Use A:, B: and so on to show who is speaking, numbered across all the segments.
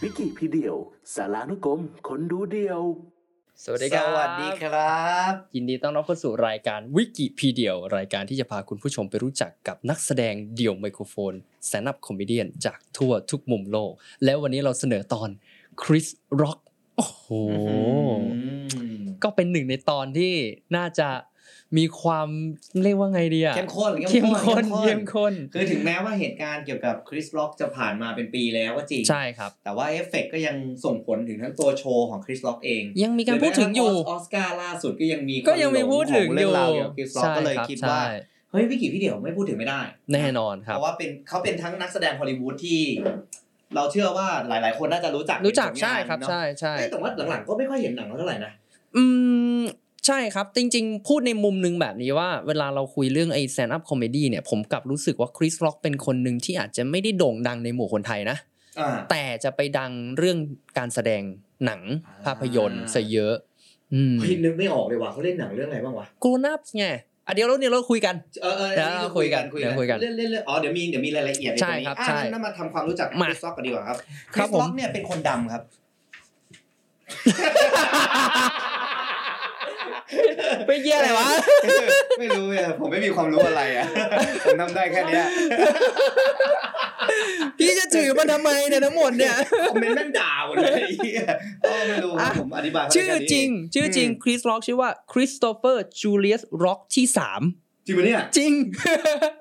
A: พี่กิพี่เดียว สารานุกรมคนดูเดียว
B: สวัสดีครับ
C: สวัสดีครับ
B: ยินดีต้อนรับเข้าสู่รายการวิกิพีเดียรายการที่จะพาคุณผู้ชมไปรู้จักกับนักแสดงเดี่ยวไมโครโฟนแซนับคอมเมเดียนจากทั่วทุกมุมโลก แล้ววันนี้เราเสนอตอนคริสร็อกโอ้โห ก็เป็นหนึ่งในตอนที่น่าจะมีความเรียกว่าไงดีอะ
C: เข้มข้น
B: เข้มข้น
C: เข้
B: เข้
C: ม
B: ม
C: ข้น
B: ข้น
C: คือถึงแม้ว่าเหตุการณ์เกี่ยวกับคริสล็อกจะผ่านมาเป็นปีแล้วก็จริง
B: ใช่ครับ
C: แต่ว่าเอฟเฟกต์ก็ยังส่งผลถึงทั้งตัวโชว์ของคริสล็อกเอง
B: ยังมีการพูดถึงอยู่
C: หรืแม้กระทั่ออสการ์ล่าสุดก็ยังมี
B: ก็ยังมีพูดถึง
C: คน
B: อ
C: หลขเรื่
B: ยู่
C: ราวเกี่ยวกับคริสล็อก
B: ใช่
C: ก็เลย
B: รับ
C: คิดว่า
B: ใช่
C: เฮ้ยพี่กิพี่เดี่ยวไม่พูดถึงไม่ได้
B: แน่นอนครั
C: เพ
B: บ
C: ราะว่าเป็นเขาเป็นทั้งนักแสดงฮอลลีวูดที่ เราเชื่อว่าหลาย ๆ คนน่าจะรู้จัก
B: รู้จัก
C: ผลงาน
B: ใช่ครับ
C: เนอะ
B: ใช่ใช่
C: เอ้ยแต่ว่าหลัง ๆ ก็ไม่ค่อยเห็นหนังเขาเท่าไหร่นะ
B: อืมใช่ครับ จริงๆ พูดในมุมหนึงแบบนี้ว่า เวลาเราคุยเรื่องไอ้แซนด์อัพคอมเมดี้เนี่ย ผมกลับรู้สึกว่าคริสล็อกเป็นคนหนึ่งที่อาจจะไม่ได้โด่งดังในหมู่คนไทยนะ
C: อ่า
B: แต่จะไปดังเรื่องการแสดงหนัง
C: อ่า
B: ภาพยนตร์ซะเยอะ อืม
C: เฮ้ยนึกไม่ออกเลยว่ะเขาเล่นหนังเรื่องอะไรบ้างวะ
B: กูนับไงอ่ะเดี๋ยวเราเนี่ยเราคุยกัน
C: เออเออ
B: เดี๋ยว
C: อั
B: เราคุยกัน
C: คุยกัน
B: เดี๋ยวคุยกัน
C: เล่นเล่นเล่นอ๋อเดี๋ยวมีเดี๋ยวมีรายละเอียดน
B: ใช่
C: ตงนี้
B: ครับ
C: อ่ะ
B: ใช่
C: งั้นมาทำความรู้จักค
B: มา
C: ริสล็อกกันดีกว่าครับค
B: ครั
C: ริ
B: บ
C: ส
B: ผม
C: ล็อกเนี่ยเป็นคนดำครับ
B: ไปเยี่ยอะไรวะ
C: ไม่รู้อ่ะผมไม่มีความรู้อะไรอ่ะ ผมทำได้แค่เนี้ย
B: พี่จะถือมาทำไมเนี่ยทั้งหมด เนี่ย
C: คอมเมนต์แม่งด่าหมดเลยไอ้เหี้ยเออไม่รู้ครับผมอธิบายเขาได้
B: ชื่อ
C: แค่นี้
B: จริง ชื่อจริงคริสล็อกชื่อว่าคริสโตเฟอร์จูเลียสร็อกที่สาม
C: จริงปะเนี่ย
B: จริง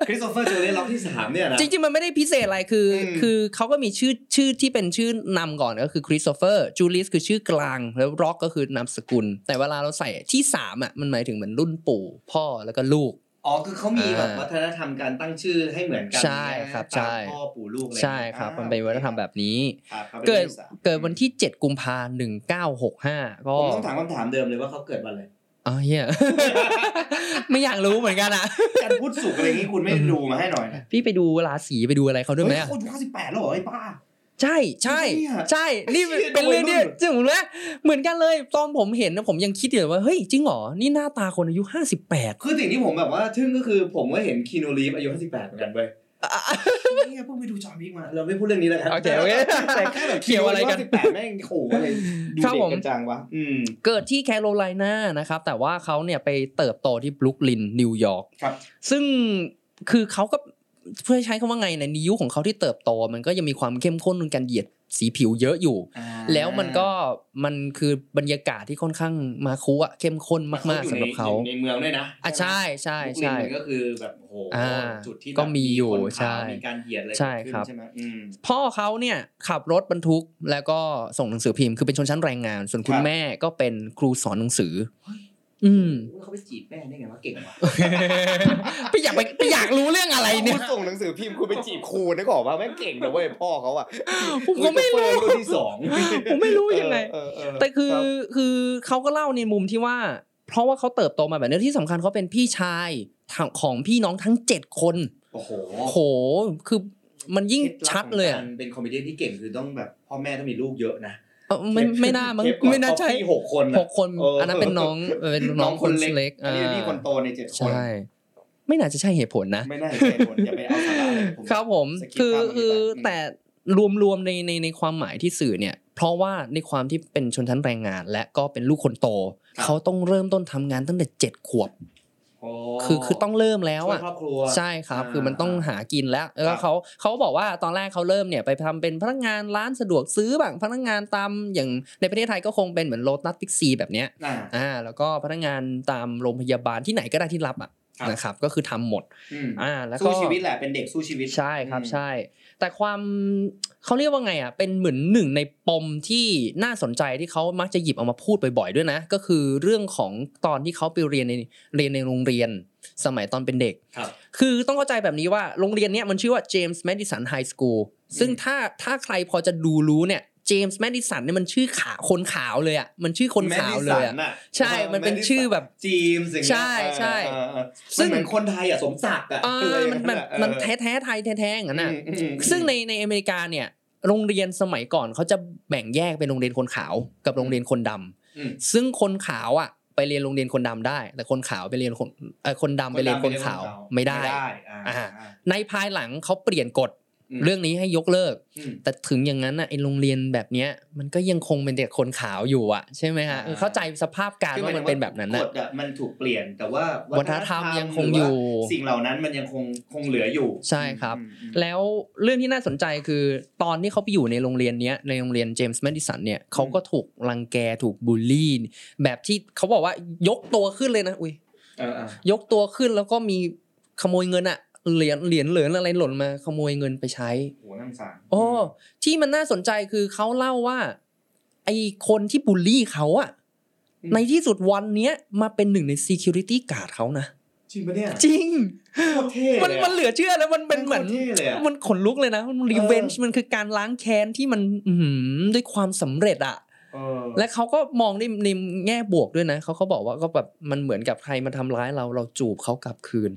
C: คริสโตเฟอร์จูเลียนล็อกที่สามเนี่ยนะ
B: จริงๆ มันไม่ได้พิเศษอะไรคืออ
C: ม
B: คือเขาก็มีชื่อชื่อที่เป็นชื่อนำก่อนก็คือคริสโตเฟอร์จูลิสคือชื่อกลางแล้วร็อกก็คือนามสกุล แต่เวลาเราใส่ที่สามอ่ะมันหมายถึงเหมือนรุ่นปู่ พ่อแล้วก็ลูก
C: อ๋อคือเขามีแบบ
B: อ่า
C: วัฒนธรรมการตั้งชื่อให้เหมือนกัน
B: ใช่ครับใช่
C: ตามพ่อปู่ลูกอะไร
B: ใช่ครับ
C: อ่า
B: มันเป็นวัฒนธรรมแบบนี้
C: ครับครับ
B: เกิด
C: ป็นรื่องที่สาม
B: เกิดวันที่ 7 กุมภาหนึ่งเก้าหกห้าก็
C: ผมต้องถามคำถามเดิมเลยว่าเขาเกิดวันอะไร
B: อ๋อเฮีย ไม่อยากรู้เหมือนกันอ่ะ
C: การพูดสุกอะไรอย่างนี้คุณไม่ดูมาให้หน่อยนะ
B: พี่ไปดูราศีไปดูอะไรเขาด้วยไหม
C: เฮ้ย
B: อะ
C: เขาอายุ58แล้วเหรอไอ้ป้า
B: ใช่ใช่
C: จริงปะเนี่ย
B: ใช่ นี่
C: ไอ้เหี้ย
B: เป็นเรื่องที่
C: โดน
B: จริ
C: รุ่น
B: งไหมเหมือนกันเลยตอนผมเห็นนะผมยังคิดอยู่เลยว่าเฮ้ยจริงเหรอนี่หน้าตาคนอายุ 58
C: คือสิ่งที่ผมแบบว่าทึ่งก็คือผมก็เห็นคีโนรีฟอายุ58เหมือนกันเว้ยเนี่ยเพิ่งไปดูจอห์นวิกมา เราไม่พูดเรื่องนี้แล้วกัน
B: โอเคโอเค
C: แต่แค่แบบ
B: เกี่ยวอะไรกัน
C: 58แม่งโหอะไรดู
B: ครับ
C: เด็
B: ผ
C: ก
B: ม
C: กันจังวะอืม
B: เกิดที่แคโรไลนานะครับ แต่ว่าเขาเนี่ยไปเติบโตที่บรุกลินนิวยอร์ก
C: ครับ
B: ซึ่งคือเขาก็เพื่อใช้คำว่าไงในยในยุคของเขาที่เติบโต มันก็ยังมีความเข้มข้นในการเหยียดสีผิวเยอะอยู่ แล้วมันก็มันคือบรรยากาศที่ค่อนข้างมาคุอะเข้มข้นมากๆสำหรับเขา
C: อยู่ในเมืองด้วยนะ
B: อ่ะใช่ใช่
C: ยุค
B: ใช่
C: นี้มันก็คือแบบโอ้โห
B: อ่า
C: จุดที่แบบ
B: ก็มีอยู่
C: คน
B: ใช่
C: พามีการเหยียดอะไร
B: ใช่
C: เกิด
B: ค
C: ขึ้น
B: รับ
C: ใช่ไหมอืม
B: พ่อเขาเนี่ยขับรถบรรทุกแล้วก็ส่งหนังสือพิมพ์คือเป็นชนชั้นแรงงาน ส่วนคุ
C: ค
B: ณ
C: รับ
B: แม่ก็เป็นครูสอนหนังสือ อืม
C: เขาไปจีบแม่ได้ไงวะเก่ง วะ
B: ไปอยากไปไปอยากรู้เรื่องอะไรเนี่ย
C: คุณส่งหนังสือพิมพ์คุณไปจีบครูนึกออกป่ะแม่งเก่งนะเว้ยพ่อเขาอะ
B: ผมก็ไม่รู้
C: คือตัวเฟิร์นรุ่นที่สอง
B: ผมไม่รู้ยังไง
C: เออเเ
B: แต่คือ
C: รับ
B: คือเขาก็เล่าในมุมที่ว่า เพราะว่าเขาเติบโตมาแบบนี้ที่สำคัญเขาเป็นพี่ชายของพี่น้องทั้งเจ็ดคน
C: โอ้โห
B: โหคือมันยิ่งชัดเลย
C: ค
B: อะ
C: ดบของการเป็นคอมเมดี้ที่เก่งคือต้องแบบพ่อแม่ต้องมีลูกเยอะนะ
B: เอ้าไม่ไม่น่ามั้ง
C: เทปก่อ
B: ไม่น่าใช่
C: ท็อปปี้หกคนอะ
B: หกคน
C: เอออั
B: อันนั้นเป็นน้องเป็นน้องคนเล็ก
C: อันนี้
B: า
C: พี่คนโตในเจ็ดคน
B: ใช่ ไม่น่าจะใช่เหตุผลนะ
C: ไม่น่าใช่คนอย่าไปเอาสาระเลยผม
B: ครับผม
C: สกิป
B: คือ
C: ภาพนี้ไป
B: คือ
C: อืม
B: แต่รวมๆในในในความหมายที่สื่อเนี่ย เพราะว่าในความที่เป็นชนชั้นแรงงาน และก็เป็นลูกคนโต เขาต้องเริ่มต้นทำงานตั้งแต่เจ็ดขวบ
C: โอ้
B: คือคือต้องเริ่มแล้ว
C: ช่วย
B: อ่ะ
C: ครอบครัว
B: ใช่ครับ
C: อ่า
B: คือมันต้องหากินแล้ว แล้ว
C: ค
B: ก็
C: รับ
B: เขาเขาบอกว่าตอนแรกเขาเริ่มเนี่ยไปทำเป็นพนักงานร้านสะดวกซื้อบ้างพนักงานตามอย่างในประเทศไทยก็คงเป็นเหมือนโลตัสพิกซีแบบเนี้ย
C: อ่า
B: อ่า แล้วก็พนักงานตามโรงพยาบาลที่ไหนก็ได้ที่รับอ่ะ
C: ครับ
B: นะครับ ก็คือทำหมด
C: อืม
B: อ่า แล้วก็
C: สู้ชีวิตแหละเป็นเด็กสู้ชีวิต
B: ใช่ครับ
C: อืม
B: ใช่ แต่ความเขาเรียกว่าไงอ่ะเป็นเหมือนหนึ่งในปมที่น่าสนใจที่เขามักจะหยิบเอามาพูดบ่อยๆด้วยนะ ก็คือเรื่องของตอนที่เขาไปเรียนในเรียนในโรงเรียน สมัยตอนเป็นเด็ก
C: ครับ
B: คือต้องเข้าใจแบบนี้ว่าโรงเรียนเนี้ยมันชื่อว่า James Madison High School ซึ่งถ้าถ้าใครพอจะดูรู้เนี่ย James Madison เนี่ยมันชื่อขาคนขาวเลยอ่ะมันชื่อคนขาวเลยอ่ะ
C: Madison น่
B: ใช่มันเป็นชื่อแบบ
C: จีมสิ่างเงี้ย
B: ใช่ใช่
C: เออเออ
B: ซึ่ง
C: มันเหมือนคนไทยอ่ะสมศักดิ์อ่ะ
B: อ่า
C: อะไรอย่าง
B: มัน
C: เงี้
B: แบ
C: ย
B: บ
C: เออ
B: มันแท้แท้ๆไทยแท้ๆอย่างนั้นอ่ะ
C: อืมอืมอืม
B: ซึ่งในในอเมริกาเนี่ยโรงเรียนสมัยก่อนเขาจะแบ่งแยกเป็นโรงเรียนคนขาวกับโรงเรียนคนดำ
C: อืม
B: ซึ่งคนขาวอ่ะไปเรียนโรงเรียนคนดำได้ แต่คนขาวไปเรียนคนเอ่อคนดำไปเรียนคนขาวไม่ได้
C: ไม่ได้อ่า
B: อ่า ในภายหลังเขาเปลี่ยนกฎ
C: อืม
B: เรื่องนี้ให้ยกเลิก
C: อืม
B: แต่ถึงอย่างนั้นน่ะไอโรงเรียนแบบเนี้ย มันก็ยังคงเป็นเด็กคนขาวอยู่อ่ะใช่ไหมฮะ
C: อ่า
B: เข้าใจสภาพการ
C: คือห
B: ว่า
C: ถึ
B: มั
C: ง
B: นเป็นแบบนั้น
C: ก
B: น่ะ
C: ฎอะมันถูกเปลี่ยนแต่ว่า
B: วัฒนธรรมยังคงอยู่
C: หรืว่าสิ่งเหล่านั้นมันยังคงคงเหลืออยู่
B: ใช่ครับ
C: อืมอืม
B: แล้วเรื่องที่น่าสนใจคือตอนที่เขาไปอยู่ในโรงเรียนเนี้ยในโรงเรียนเจมส์แมดิสันเนี่ยเขาก็ถูกรังแกถูกบูลลี่แบบที่เขาบอกว่ายกตัวขึ้นเลยนะอุ้ย
C: เออเออย
B: กตัวขึ้นแล้วก็มีขโมยเงินอะเหรียญเหรียญเหลืออะไรหล่นมาขโมยเงินไปใช้
C: โหน่าสงสาร
B: โอ้ที่มันน่าสนใจคือเขาเล่าว่า ไอคนที่บูลลี่เขาอะในที่สุดวันเนี้ยมาเป็นหนึ่งใน Security Guard เขานะ
C: จริงปะเนี่ย
B: จริง
C: โคตรเท่
B: มัน
C: เลย
B: มัน
C: อะ
B: เหลือเชื่อแล้วมันเป็นเหมือน
C: โคตรเท่เลยอะ
B: มันขนลุกเลยนะมันรีเวนจ์มันคือการล้างแค้นที่มันอื้อหือด้วยความสำเร็จอะ
C: เออ
B: และเขาก็มองในในแง่บวกด้วยนะเขาก็บอกว่าก็แบบมันเหมือนกับใครมาทำร้ายเราเราจูบเขากลับคืน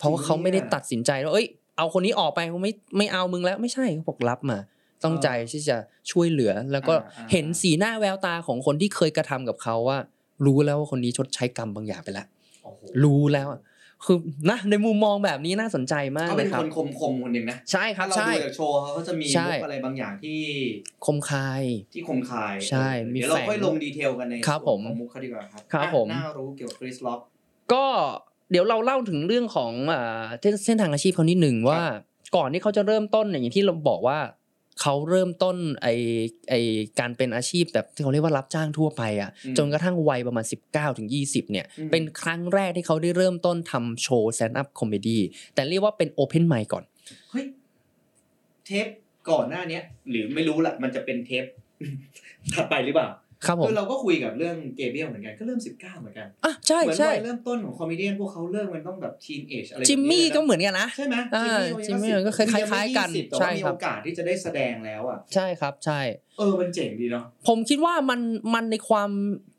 B: เพราะว่าเขาไม่ได้ตัดสินใจว่าเอ้ย เอาคนนี้ออกไปเขาไม่ไม่เอามึงแล้วไม่ใช่เขาบอกรับมา ต้องใจที่จะช่วยเหลือ แล้วก็เห็นสีหน้าแววตาของคนที่เคยกระทำกับเขาว่า รู้แล้วว่าคนนี้ชดใช้กรรมบางอย่างไปแล้ว
C: โอ้โห
B: รู้แล้วอะคือนะในมุมมองแบบนี้น่าสนใจมาก
C: เขา
B: เล
C: เป็
B: ย
C: น
B: ครั
C: ค
B: บ
C: นคมคมๆคนหนึ่งนะ
B: ใช่ครับ
C: ถ้าเรา
B: ใช่
C: ดูจากโชว์เขาก็จะมี
B: ใช่
C: มุกอะไรบางอย่างที่
B: คมคาย
C: ที่คมคาย
B: ใช่มี
C: เดี๋ยวเรา
B: แฝง
C: ค่อยลงดีเทลกันใน
B: ครับผม
C: ของมุกเขาดีกว่าครับ
B: ครับ
C: อ่ะ
B: ผม
C: น่ารู้เกี่ยวกับคริสล็อก
B: ก็เดี๋ยวเราเล่าถึงเรื่องของอ่าเส้นเส้นทางอาชีพเขานิดหนึ่งว่า ก่อนที่เขาจะเริ่มต้นเนี่ยอย่างที่เราบอกว่าเขาเริ่มต้นไอไอการเป็นอาชีพแบบที่เขาเรียกว่ารับจ้างทั่วไปอ่ะ
C: อืม
B: จนกระทั่งวัยประมาณ 19ถึง20เนี่ย
C: อืม
B: เป็นครั้งแรกที่เขาได้เริ่มต้นทำโชว์แซนด์อัพคอมเมดี้แต่เรียกว่าเป็นโอเพนไมค์ก่อน
C: เฮ้ยเทปก่อนหน้าเนี้ย หรือไม่รู้ละมันจะเป็นเท ป ถัดไปหรือเปล่า
B: ครับผม
C: คือเราก็คุยกับเรื่องเกเบรียลเหมือนกันก็เริ่มสิบเก้าเหมือนกัน
B: อ่ะใช่
C: เหมือน
B: ใช่
C: วัยเริ่มต้นของคอมเมเดี้พวกเขาเริ่มมันต้องแบบทีนเอจอะไรแบบ
B: จิมมี่
C: นี้ลยะ
B: ก็เหมือนกันนะ
C: ใช่ไหม
B: อ่า
C: จิม
B: จิม
C: มี่
B: มี่ก็คล้ายๆกัน
C: งไม่20แต่
B: ใช่
C: ว่ามี
B: ครั
C: โอบ กาสที่จะได้แสดงแล้วอ่ะ
B: ใช่ครับใช่
C: เออมันเจ๋งดีเนาะ
B: ผมคิดว่ามันมันในความ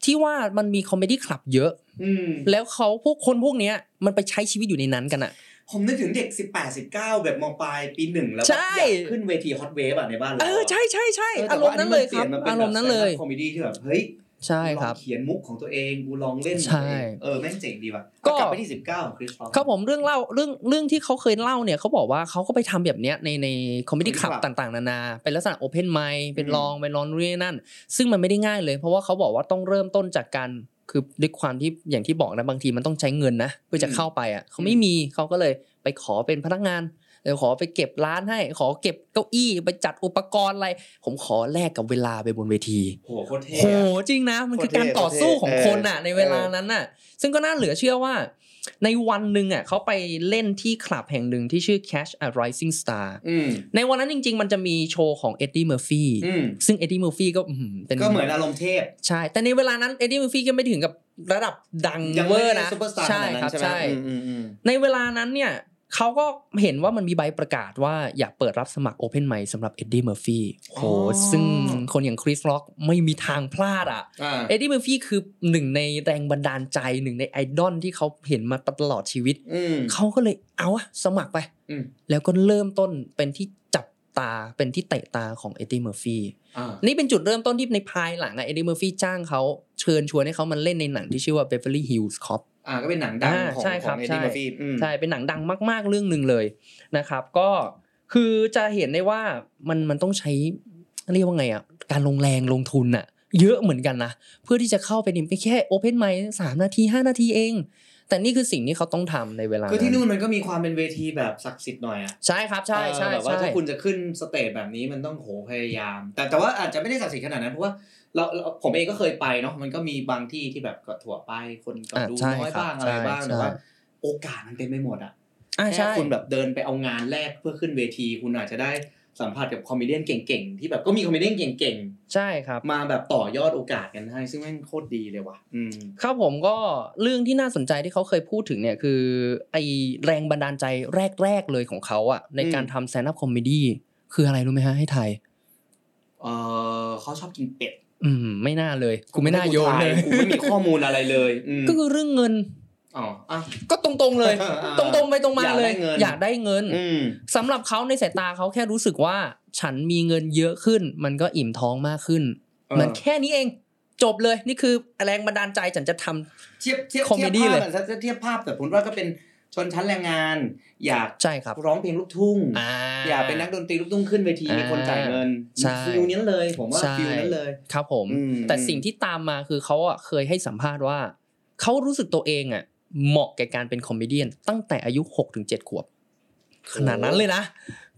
B: ที่ว่ามันมีคอมเมดี้คลับเยอะ
C: อืม
B: แล้วเขาพวกคนพวกเนี้ยมันไปใช้ชีวิตอยู่ในนั้นกันอะ
C: ผมนึกถึงเด็ก 18 19 แบบมปลายปีหนึ่งแล้ว
B: ใช่
C: แบบอยากขึ้นเวทีฮอตเวฟอ่ะในบ้านเรา
B: เออใช่ใช่ใช่อารมณ์นั้นเลยครับ อารมณ์นั้นเลย
C: คอมเมดี้ที่แบบเฮ้ย
B: ใช่ค
C: ลอ
B: รับ
C: งเขียนมุกของตัวเองกูลองเล่นของ
B: ใช่
C: ตัวเองเออแม่งเจ๋งดีว่ะ
B: ก็
C: ก็กลับไปที่ 19คริสฟอ
B: ครับผมเรื่องเล่าเรื่องเรื่องที่เขาเคยเล่าเนี่ยเขาบอกว่าเขาก็ไปทำแบบเนี้ยในในคอมมิ
C: Comedy
B: ดี้คลับ
C: Club
B: ต่างๆ นานาเป็นลักษณะโอเพนไมค์เป็น
C: อืม
B: ลองไปลองนู่นนี่นั่น ซึ่งมันไม่ได้ง่ายเลย เพราะว่าเขาบอกว่าต้องเริ่มต้นจากการคือด้วยความที่อย่างที่บอกนะบางทีมันต้องใช้เงินนะเพื่อจะเข้าไปอ่ะเขาไม่มีเขาก็เลยไปขอเป็นพนักงานเดี๋ยวขอไปเก็บร้านให้ ขอเก็บเก้าอี้ไปจัดอุปกรณ์อะไร ผมขอแลกกับเวลาไปบนเวที
C: โหโคตรเท่
B: โห
C: อะ
B: จริงนะมันคือ
C: โคตรเท่
B: การต่อสู้ของคนอ่ะ
C: โคตรเท่
B: ในเวลา
C: เออ
B: นั้นน่ะ ซึ่งก็น่าเหลือเชื่อว่า ในวันหนึ่งอ่ะเขาไปเล่นที่คลับแห่งหนึ่งที่ชื่อ Cash a Rising Star
C: อืม
B: ในวันนั้นจริง ๆ มันจะมีโชว์ของเอ็ดดี้เมอร์ฟี
C: อืม
B: ซึ่งเอ็ดดี้เมอร์ฟีก็อื้อหือเป็น
C: ก็เหมือนอารมณ์เทพ
B: ใช่ แต่ในเวลานั้นเอ็ดดี้เมอร์ฟีก็ไม่ถึงกับระดับดัง
C: ยัง
B: เว
C: ไม่
B: อร์
C: ได้
B: นะ
C: ซุปเปอร์สตาร์ข
B: ใช่
C: นาดนั้
B: ครับ
C: นใช่ไหม
B: ใช่
C: อืมอืม
B: ในเวลานั้นเนี่ยเขาก็เห็นว่ามันมีใบประกาศว่าอยากเปิดรับสมัครโอเพนไมค์สำหรับเอ็ดดี้เมอร์ฟีโหซึ่งคนอย่างคริสล็อกไม่มีทางพลาดอ่ะ
C: อ่า
B: เอ็ดดี้เมอร์ฟี่คือหนึ่งในแรงบันดาลใจหนึ่งในไอดอลที่เขาเห็นมาตลอดชีวิต
C: อืม
B: เขาก็เลยเอาอะสมัครไป
C: อืม
B: แล้วก็เริ่มต้นเป็นที่จับตาเป็นที่เตะตาของเอ็ดดี้เมอร์ฟี่
C: อ่า
B: นี่เป็นจุดเริ่มต้นที่ในภายหลังอะเอ็ดดี้เมอร์ฟี่จ้างเขาเชิญชวนให้เขามาเล่นในหนังที่ชื่อว่า Beverly Hills Cop
C: อ่าก็เป็นหนังดัง
B: อ่า
C: ของ
B: ใช่
C: ข
B: ครั
C: อง
B: บ
C: เอ็ด
B: ใช่
C: ดี้เมอร์ฟี่อืม
B: ใช่ เป็นหนังดังมากๆ เรื่องหนึ่งเลยนะครับ ก็คือจะเห็นได้ว่ามันมันต้องใช้เรียกว่าไงอ่ะ การลงแรงลงทุนอ่ะ เยอะเหมือนกันนะ เพื่อที่จะเข้าไปนี่ไปแค่โอเพนไมค์สามนาทีห้านาทีเอง แต่นี่คือสิ่งที่เขาต้องทำในเวลา
C: คือที่นู่
B: น
C: นมันก็มีความเป็นเวทีแบบศักดิ์สิทธิ์หน่อยอ่ะ
B: ใช่ครับใช่ใช่
C: เออแบบว่า
B: ใช่
C: ถ้าคุณจะขึ้นสเตจแบบนี้มันต้องโหพยายาม แต่แต่ว่าอาจจะไม่ได้ศักดิ์สิทธิ์ขนาดนั้นเพราะว่าเราเราผมเองก็เคยไปเนาะมันก็มีบางที่ที่แบบก็ถั่วไปคนก็
B: อ่ะ
C: ดู
B: ใช่
C: น้อย
B: ครับ
C: บ้างอะไร
B: ใช่
C: บ้างแต่
B: ใช่
C: ว่าโอกาสมันเต็มไปหมดอ่ะ
B: อ่า
C: แค่
B: ใช่
C: คุณแบบเดินไปเอางานแรกเพื่อขึ้นเวที คุณอาจจะได้สัมผัสกับคอมเมเดี้เก่งๆที่แบบก็มีคอมเมเดี้เก่ง
B: ใช่ครับ
C: ๆมาแบบต่อยอดโอกาสกันให้ ซึ่งแม่งโคตรดีเลยว่ะอืม
B: ครับผมก็เรื่องที่น่าสนใจที่เขาเคยพูดถึงเนี่ยคือไอแรงบันดาลใจแรกๆเลยของเขาอ่ะในการทำแซนด์อัพคอมเมดี้คืออะไรรู้ไหมฮะให้ไทย
C: เออเขาชอบกินเป็ด
B: อืมไม่น่าเลยกูไม่น่าโยนเลย
C: กูไม่มีข้อมูลอะไรเลยอืม
B: ก็คือเรื่องเงิน
C: อ๋ออ่ะ
B: ก็ตรง ๆเลย
C: อ่า
B: ตรงๆไปตรงมาเลยอ
C: อาย
B: ยาก ก
C: ได้
B: ได้
C: เงิ
B: เงิ
C: น
B: น
C: อืม
B: สำหรับเขาในสายตาเขาแค่รู้สึกว่า ฉันมีเงินเยอะขึ้น มันก็อิ่มท้องมากขึ้น
C: เออ
B: มันแค่นี้เองจบเลยนี่คือแรงบันดาลใจฉันจะทำ
C: เทียบเทียบ
B: คอมเมดี้
C: ทียบภาพ
B: เลย
C: อะถ้าถ้าเทียบภาพแต่ผมว่าก็เป็น ชนชั้นแรงงาน อยาก
B: ใช่ครับ
C: ร้องเพลงลูกทุ่ง
B: อ่า
C: อยากเป็นนักดนตรีลูกทุ่งขึ้นเวที
B: อ่ามี
C: มีคนจ่ายเงิน
B: ใช่
C: ฟิลนั้นเลยผมว่า
B: ใช่
C: ฟิลนั้นเลย
B: ครับผม
C: อืม
B: แต่สิ่งที่ตามมาคือเขาอะเคยให้สัมภาษณ์ว่า เขารู้สึกตัวเองอะเหมาะแก่การเป็นคอมเมเดี้ตั้งแต่อายุ6กถึงเขวบ ขนาดนั้นเลยนะ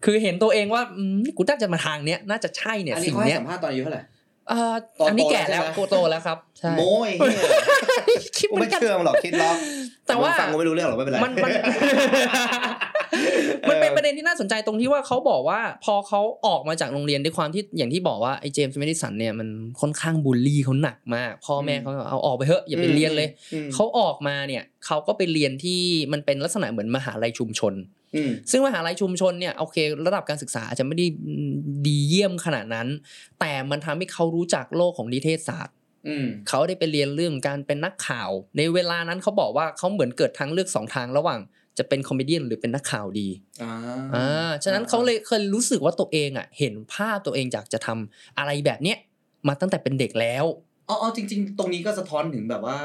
B: คือเห็นตัวเองว่าอืมกูน่าจะมาทางเนี้ยน่าจะใช่เนี่ย
C: อันนี้
B: สิ่ง
C: เขาให้
B: เนี้ย
C: สัมภาษณ์ตอนอายุเท่าไหร่
B: เอ่อ
C: ตอน
B: อันนี้แก่แล้ว
C: โตแล้วใช่ไหม
B: โกโตแล้วครับใช่
C: โม้ยเหี้ย
B: คิด
C: กู
B: เหมื
C: ไม่
B: อนกัน
C: เชื่อมันหรอกคิดล็อก
B: แต่ว่า
C: มึงฟังกูไม่รู้เรื่องหรอกไม่เป็นไร
B: มัน มัน มัน เป็นประเด็นที่น่าสนใจตรงที่ว่าเขาบอกว่า พอเขาออกมาจากโรงเรียนด้วยความที่อย่างที่บอกว่าไอ้เจมส์เมดิสันเนี่ยมันค่อนข้างบูลลี่เขาหนักมากพ่อแม่
C: อืม
B: เขาเอาออกไปเถอะอย่าไปเรียนเลยเขาออกมาเนี่ยเขาก็ไปเรียนที่มันเป็นลักษณะเหมือนมหาลัยชุมชน
C: อืม
B: ซึ่งมหาลัยชุมชนเนี่ยโอเค ระดับการศึกษาอาจจะไม่ได้ดีเยี่ยมขนาดนั้น แต่มันทำให้เขารู้จักโลกของนิเทศศาสตร์
C: อืม
B: เขาได้ไปเรียนเรื่องการเป็นนักข่าว ในเวลานั้นเขาบอกว่าเขาเหมือนเกิดทางเลือกสองทางระหว่าง จะเป็นคอมเมเดี้หรือเป็นนักข่าวดี
C: อ่า
B: อ่าฉะนั้นเขาเลยเคยรู้สึกว่าตัวเองอ่ะเห็นภาพตัวเองอยากจะทำอะไรแบบเนี้ยมาตั้งแต่เป็นเด็กแล้ว
C: อ๋ออ๋อจริง ๆ ตรงนี้ก็สะท้อนถึงแบบว่า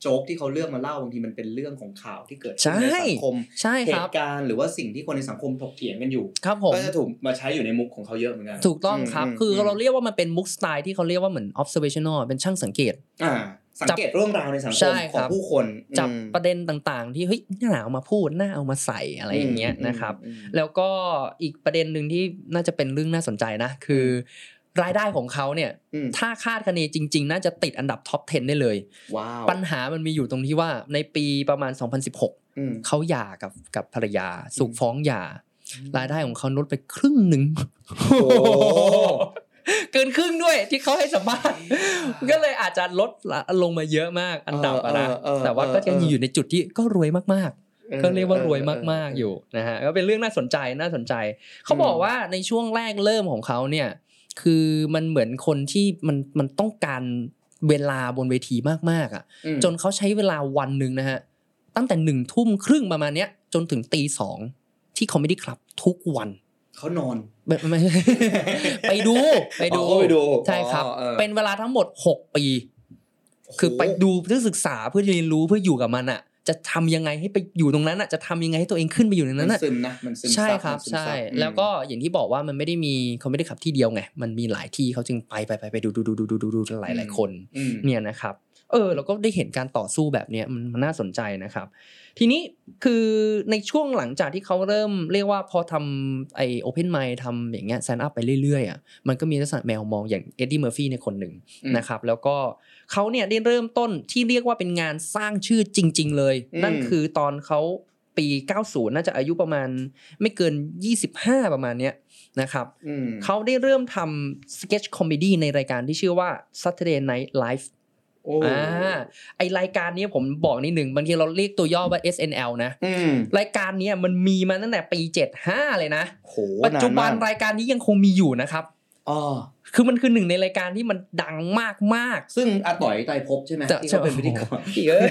C: โจ๊กที่เขาเลือกมาเล่าบางทีมันเป็นเรื่องของข่าวที่เกิดขึ้นใน
B: ใช่
C: สังคม
B: ใช่
C: เห
B: ครับ
C: ตุการณ์หรือว่าสิ่งที่คนในสังคมถกเถียงกันอยู่
B: ครับผม
C: ก็จะถูกมาใช้อยู่ในมุกของเขาเยอะเหมือนกัน
B: ถูกต้องครับ
C: ม
B: คืออ
C: ม
B: เราเรียกว่ามันเป็นมุกสไตล์ที่เขาเรียกว่าเหมือน observational เป็นช่างสังเกต
C: อ่าสังเกตเรื่องราวในสังค
B: ใช่
C: มข
B: ค
C: อ
B: รั
C: ง
B: บ
C: ผู้คน
B: จับ
C: อืม
B: ประเด็นต่างๆ ที่เฮ้ยน่าเอามาพูดน่าเอามาใส่อะไรอย่างเงี้ยนะครับ
C: อืม
B: แล้วก็อีกประเด็นหนึ่งที่น่าจะเป็นเรื่องน่าสนใจนะ คือ รายได้ของเขาเนี่ย
C: อืม
B: ถ้าคาดคะเนจริง ๆ น่าจะติดอันดับท็อป 10 ได้เลย
C: ว้าว
B: ปัญหามันมีอยู่ตรงที่ว่าในปีประมาณ 2016
C: อืม
B: เขาหย่ากับกับภรรยาสุกฟ้องหย่ารายได้ของเขาลดไปครึ่งหนึ่ง
C: โอ้โห
B: เกินครึ่งด้วยที่เขาให้สัมภาษณ์ ก็เลยอาจจะลดละลงมาเยอะมากอันดับอะนะ
C: เออเออเออ
B: แต่ว่าก็ยังอยู่ในจุดที่ก็รวยมากๆ ก็เรียกว่ารวยมากๆอยู่นะฮะก็เป็นเรื่องน่าสนใจน่าสนใจ เขาบอกว่าในช่วงแรกเริ่มของเขาเนี่ยคือมันเหมือนคนที่มันมันต้องการเวลาบนเวทีมากๆอ่ะ
C: อืม
B: จนเขาใช้เวลาวันหนึ่งนะฮะตั้งแต่หนึ่งทุ่มครึ่งประมาณเนี้ยจนถึงตีสองที่คอมเมดี้คลับทุกวัน
C: เขานอน
B: ไม่ไม่ ไปดูไปดู
C: อ๋อไปดู
B: ใช่ครับ
C: อ๋อเออ
B: เป็นเวลาทั้งหมด 6 ปี คือไปดูเพื่อศึกษาเพื่อเรียนรู้เพื่ออยู่กับมันอ่ะ จะทำยังไงให้ไปอยู่ตรงนั้นอ่ะจะทำยังไงให้ตัวเองขึ้นไปอยู่ใน
C: มั
B: นั้น นอ่ะ
C: ซึมนะมันซึมซั
B: ใช่ครับ
C: มันซึม
B: ใช่
C: ซับอืม
B: แล้วก็อย่างที่บอกว่ามันไม่ได้มีเขาไม่ได้ขับที่เดียวไง มันมีหลายที่เขาจึงไปไปไปไปดูดูดูดูดูดูดูหลายหลายคน
C: อืม
B: เนี่ยนะครับ เออเราก็ได้เห็นการต่อสู้แบบเนี้ยมันมันน่าสนใจนะครับ ทีนี้คือในช่วงหลังจากที่เขาเริ่มเรียกว่าพอทำไอโอเพนไมล์ทำอย่างเงี้ยแซนด์อัพไปเรื่อยๆอ่ะมันก็มีลักษณะแมวมองอย่างเอ็ดดี้เมอร์ฟี่ในยคนหนึ่ง นะครับแล้วก็เขาเนี่ยได้เริ่มต้นที่เรียกว่าเป็นงานสร้างชื่อจริง ๆ เลย
C: อืม
B: นั่นคือตอนเขาปี 90 น่าจะอายุประมาณไม่เกิน 25 ประมาณเนี้ยนะครับ
C: อืม
B: เขาได้เริ่มทำสเก็ตช์คอมเมดี้ในรายการที่ชื่อว่า Saturday Night Live
C: โอ้
B: อ่าไอรายการเนี้ยผมบอกนิดหนึ่งบางทีเราเรียกตัวย่อว่า SNL นะ
C: อืม
B: รายการเนี้ยมันมีมาตั้งแต่ปี 75 เลยนะ
C: โห
B: ปัจจุบัน
C: านมาก
B: รายการนี้ยังคงมีอยู่นะครับ
C: อ๋อ
B: คือมันคือหนึ่งในรายการที่มันดังมากๆ
C: ซึ่งอาต่อยไตรภพใช่ไหม
B: แต่
C: ที่เขาเป็นพิธีกร
B: เออ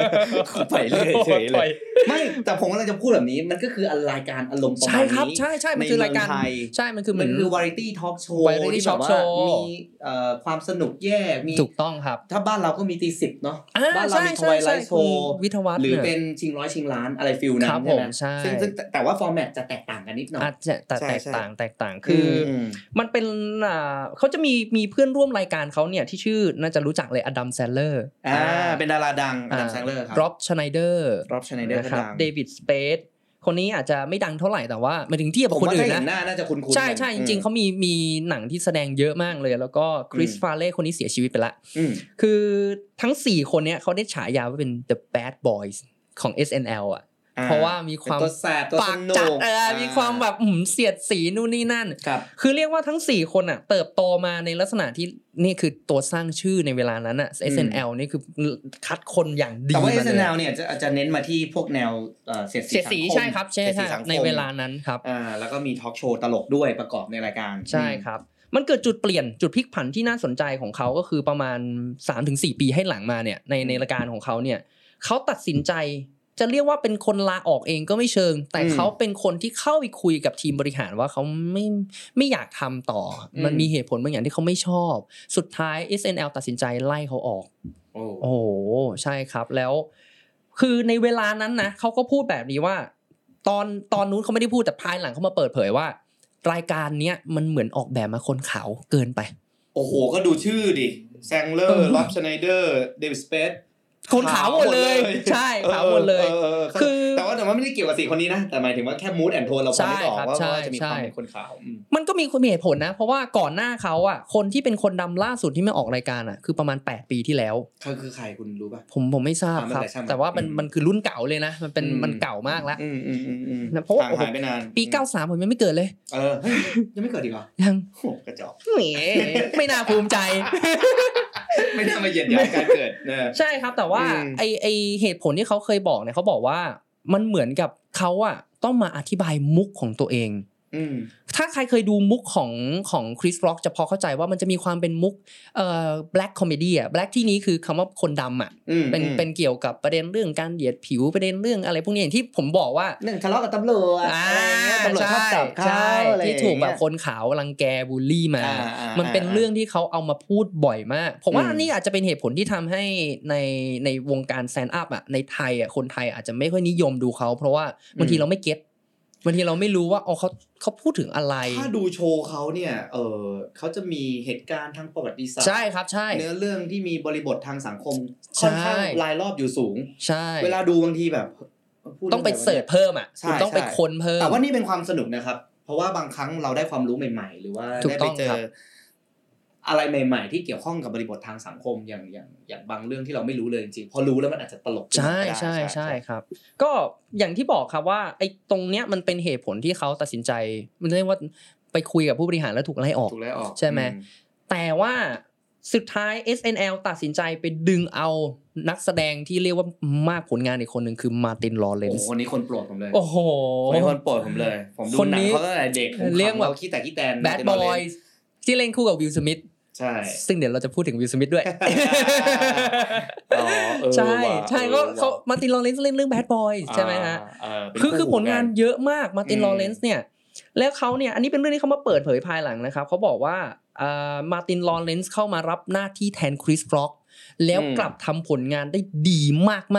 C: ไปเรื่อยเฉยเลยไม่แต่ผมกำลังจะพูดแบบนี้มันก็คือรายการอารมณ์ประ
B: ใช่
C: มาณ
B: ครับ
C: นี้
B: ใช่ใช่มัน
C: ใน
B: คือ
C: เมื
B: ราย
C: อง
B: การ
C: ไทย
B: ใช่มันคือเห
C: มั
B: มือน น
C: คือวาไรตี้ทอล์กโชว์
B: Variety
C: ที่
B: Talk
C: แบบว่า
B: Show
C: มีเอ่อความสนุกแย่มี
B: ถูกต้องครับ
C: ถ้าบ้านเราก็มีตีสิบเนาะ
B: อ่า
C: บ้านเรา
B: ใช่
C: มีท
B: ใช่
C: วายไล
B: ใช่
C: ท์โช
B: คุณ
C: ว์
B: วิทยวัฒน์
C: หรือ
B: เนี่ย
C: เป็นชิงร้อยชิงล้านอะไรฟิลนั้
B: ครั
C: น
B: บผ
C: ใช่ไหม
B: มใช่
C: ซึ่งซึ่งแต่แต่ว่าฟอร์แมตจะแตกต่างกันนิดหน่อย
B: อาจจะแต่
C: ใช่
B: แตก
C: ใช่
B: ต่างแตกต่างคืออมันเป็นอ่าเขาจะมีมีเพื่อนร่วมรายการเขาเนี่ยที่ชื่อน่าจะรู้จักเลยอดัมแซลเลอร์
C: อ่าเป็นดาราดังอดัมแซงเลอร์ครั
B: ร็อบชไนเดอร์
C: รอบชไนเดอร์
B: นะ
C: ก็
B: ครับ
C: ดัง
B: เดวิดสเปซคนนี้อาจจะไม่ดังเท่าไหร่แต่ว่าหมายถึงเทียบ
C: ผ
B: กับ
C: ม
B: คน
C: ว่า
B: อื่
C: ถ้าน เห็นห
B: นะ
C: น้าน่าจะคุ้นๆ
B: ใช่ใช่จริงๆ
C: เขา
B: เขามีมีหนังที่แสดงเยอะมากเลย แล้วก็คริส
C: อืม
B: ฟาเล่คนนี้เสียชีวิตไปละ คือทั้ง 4 คนเนี้ยเขาได้ฉายาว่าเป็น the bad boys ของ SNL อ่ะ เพราะว่ามีความ
C: ตัวแสบตัว
B: ปา
C: ส
B: ก
C: นุ
B: จัด
C: ก
B: เอออมีความแบบอื้อหือเสียดสีนู่นนี่นั่น
C: ครับ
B: คือเรียกว่าทั้ง 4 คนอ่ะ เติบโตมาในลักษณะที่นี่คือตัวสร้างชื่อในเวลานั้นอ่ะ SNL นี่คือคัดคนอย่างดี
C: แต่ว่า
B: มเลย
C: SNL เนี่ยจะจะเน้นมาที่พวกแนวเอ่อเสียดสี
B: เสียดสี
C: สังม
B: ใช่ครับใช่
C: เสียด
B: ใช่
C: สีสังคม
B: ในเวลานั้นครับ
C: อ่าแล้วก็มีทอล์กโชว์ตลกด้วยประกอบในรายการ
B: ใช่
C: อืม
B: ครับ มันเกิดจุดเปลี่ยนจุดพลิกผันที่น่าสนใจของเขาก็คือประมาณ 3-4 ปีให้หลังมาเนี่ยในในรายการของเขาเนี่ยเขาตัดสินใจจะเรียกว่าเป็นคนลาออกเองก็ไม่เชิง แต่
C: อืม
B: เขาเป็นคนที่เข้าไปคุยกับทีมบริหารว่าเขาไม่ไม่อยากทำต่ออ
C: ม
B: มันมีเหตุผลบางอย่างที่เขาไม่ชอบ สุดท้าย SNL ตัดสินใจไล่เขาออก
C: โอ้
B: โอ้โหใช่ครับแล้ว คือในเวลานั้นนะเขาก็พูดแบบนี้ว่า ตอนตอนนู้นเขาไม่ได้พูดแต่ภายหลังเขามาเปิดเผยว่า รายการเนี้ยมันเหมือนออกแบบมาคนขาวเกินไป
C: โอ้โห ก็ดูชื่อดิแซงเล อ
B: เออ
C: ร์ล็อบชไนเดอร์เดวิดสเปซ
B: คนขาวหมดเลย ใช่ขาวหมดเลย คื
C: คือ
B: อ
C: แต่ว่าแต่ว่าไม่ได้เกี่ยวกับสีคนนี้นะ แต่หมายถึงว่าแค่มูดแอนโทนเราพอไม่ออ
B: ใช่
C: ก
B: ครับ
C: ว่า
B: ใช่
C: ว่าจะมีความ
B: ใช่
C: เป็นคนขาวอืม
B: มันก็มีคนมีเหตุผลนะ เพราะว่าก่อนหน้าเขาอ่ะคนที่เป็นคนดำล่าสุดที่มาออกรายการอ่ะคือประมาณ 8 ปีที่แล้ว
C: เขาคือใครคุณรู้ป่ะ
B: ผมผมไม่ทราบ
C: อ่า
B: ค
C: ไม่เป็
B: รับ
C: นไรช่างมัน
B: แต่ว่ามัน
C: อืม
B: มันคือรุ่นเก่าเลยนะ มันเป็น
C: อืม
B: มันเก่ามากแล้ว
C: อืมอืมอืมอืม
B: เพราะว่า
C: ห่างหายไปนาน
B: ปี 93 ผมยังไม่เกิดเลย
C: เออเฮ้ยยังไม่เกิดอีกเหรอ
B: ยัง
C: โอ้โหกระจอก
B: แหมไม่น่าภูมิใจ
C: ไม่น่ามาเหยียดหยามการเกิดเออ
B: ใช่ครับ แต่ว่า
C: อืม
B: ไอไอเหตุผลที่เขาเคยบอกเนี่ยเขาบอกว่ามันเหมือนกับเขาอ่ะต้องมาอธิบายมุกของตัวเอง
C: อืม
B: ถ้าใครเคยดูมุกของของคริสร็อกจะพอเข้าใจว่ามันจะมีความเป็นมุกเอ่อ black comedy อ่ะ black ที่นี้คือคำว่าคนดำอ่ะ
C: อืม
B: เป็น
C: อืม
B: เป็นเกี่ยวกับประเด็นเรื่องการเหยียดผิวประเด็นเรื่องอะไรพวกนี้อย่างที่ผมบอกว่า
C: เรื่องทะเลาะกับตำรวจ
B: อ่า
C: อะไรอย่างเงี้ยตำรวจชอบจับเขา
B: ใช่
C: อะไรอย่า
B: ที่
C: งเงี้ย
B: ถูกแบบคนขาวรังแกบูลลี่มา
C: อ่าอ่ามั
B: มันเป็นเรื่องที่เขาเอามาพูดบ่อยมาก ผมว่า
C: อืม
B: อันนี้อาจจะเป็นเหตุผลที่ทำให้ในในวงการแซนด์อัพอ่ะในไทยอ่ะคนไทยอาจจะไม่ค่อยนิยมดูเขา เพราะว่าบางทีเราไม่เก็ตบางทีเราไม่รู้ว่าอ๋อเขาเขาพูดถึงอะไร
C: ถ้าดูโชว์เขาเนี่ย เออเขาจะมีเหตุการณ์ทางประวัติศาสตร์
B: ใช่ครับใช่
C: เนื้อเรื่องที่มีบริบททางสังคม
B: ใช่
C: ค่อนข้างรายรอบอยู่สูง
B: ใช่
C: เวลาดูบางทีแบบพูด
B: ต้องไป
C: รื่ะวะนี่ย
B: เสิร์ชเพิ่มอ่ะ
C: ใช่
B: คุณต้องไป
C: ใช่
B: ค้นเพิ่ม
C: แต่ว่านี่เป็นความสนุกนะครับ เพราะว่าบางครั้งเราได้ความรู้ใหม่ ๆ หรือว่า
B: ถู
C: ได้
B: กต้อ
C: ไป
B: ง
C: เจ
B: ค
C: อ
B: รับ
C: อะไรใหม่ ๆ ที่เกี่ยวข้องกับบริบททางสังคมอย่างอย่างอย่างบางเรื่องที่เราไม่รู้เลยจริงๆพอรู้แล้วมันอาจจะตลกขึ้น
B: ใช่
C: มาก็ได้
B: ใช่ใช่ครับ ก็อย่างที่บอกครับว่าไอ้ตรงเนี้ยมันเป็นเหตุผลที่เขาตัดสินใจ มันเรียกว่าไปคุยกับผู้บริหารแล้วถูกไล่ออก
C: ถูกไล่ออก
B: ใช่ไหม
C: อื
B: แต่ว่าสุดท้าย SNL ตัดสินใจไปดึงเอานักแสดงที่เรียกว่ามากผลงานอีกคนหนึ่งคือมาตินลอเรน
C: โอ้
B: ซ์
C: โหคนนี้คนโปรดผมเลย
B: โอ้โห
C: คนนี้คนโปรดผมเลย ผมดู
B: คน
C: หนั
B: นี้
C: งเขาตั้งแต่เด็กผม
B: เรียก
C: ขำ
B: แบบ
C: ขี้แต่ขี้แตน
B: แบดบอยที่เล่นคู่กับวิลสมิธ
C: ใช่
B: ซึ่งเดี๋ยวเราจะพูดถึงวิลสมิธด้วย
C: อ๋อเออ
B: ใช่
C: ว่ะ
B: ใช่ก็
C: ออว่ะ
B: เขามาตินลอเรนซ์เล่นเรื่องแบดบอยใช่ไหมฮะ
C: เอเป็น
B: คือคือผลงาน
C: คู่กั
B: เยอะมากมาติน
C: อืม
B: ลอเรนซ์เนี่ยแล้วเขาเนี่ยอันนี้เป็นเรื่องที่เขามาเปิดเผยภายหลังนะครับเขาบอกว่ามาตินลอเรนซ์เข้ามารับหน้าที่แทนคริสฟล็อกแล้วกลับทำผลงานได้ดี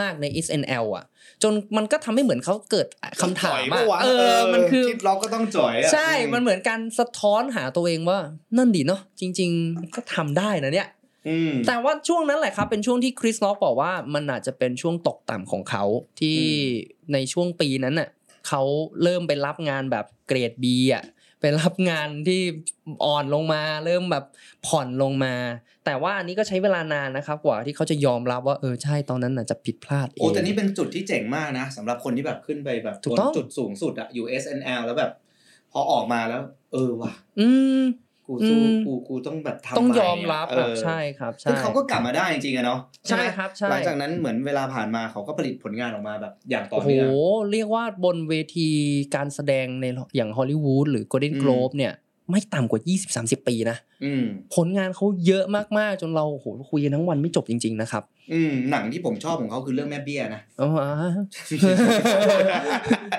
B: มาก ๆ ใน SNL อ่ะ จนมันก็ทำให้เหมือนเขาเกิดคำถาม
C: จ่
B: อะ
C: อยปะวะ
B: เออมันคือ
C: คิดเราก็ต้องจ่อยอะ
B: ใช่
C: อื
B: มันเหมือนการสะท้อนหาตัวเองว่า นั่นดีเนาะจริง ๆ ก็ทำได้นะเนี่ย
C: อืม
B: แต่ว่าช่วงนั้นแหละครับ เป็นช่วงที่คริสล็อกบอกว่ามันอาจจะเป็นช่วงตกต่ำของเขาที่
C: อื
B: ในช่วงปีนั้นน่ะเขาเริ่มไปรับงานแบบเกรด B อ่ะไปรับงานที่อ่อนลงมา เริ่มแบบผ่อนลงมา แต่ว่าอันนี้ก็ใช้เวลานานนะครับกว่าที่เขาจะยอมรับว่าเออใช่ตอนนั้นอาจจะผิดพลาดเอ
C: โอ้
B: ง
C: แต่นี่เป็นจุดที่เจ๋งมากนะสำหรับคนที่แบบขึ้นไปแบบ
B: ถูกต้อง
C: บนจุดสูงสุดอะ USNL แล้วแบบ พอออกมาแล้ว เออว่ะ
B: อืม
C: กูสู้
B: อืม
C: กูกูต้องแบบทำ
B: ต้อง
C: ใหะ
B: ยอมรับ
C: เอ
B: อ่ะ
C: อ
B: ใช่ครับ
C: ซึ่
B: ใช่
C: งเขาก็กลับมาได้จริงๆอะเนาะ
B: ใช่
C: ไหม
B: ครับใช่
C: หลังจากนั้นเหมือนเวลาผ่านมาเขาก็ผลิตผลงานออกมาแบบอย่างต่อ
B: โอ้โห
C: เนื่อง
B: เรียกว่าบนเวทีการแสดงในอย่างฮอลลีวูดหรือ Golden
C: อืม
B: Globe เนี่ย ไม่ต่ำกว่า 20-30 ปีนะ
C: อืม
B: ผลงานเขาเยอะมาก ๆ จนเราโอ้โหคุยกันทั้งวันไม่จบจริง ๆ นะครับ
C: อืม หนังที่ผมชอบของเขาคือเรื่องแม่เบี้ย นะ
B: อ๋ออ่า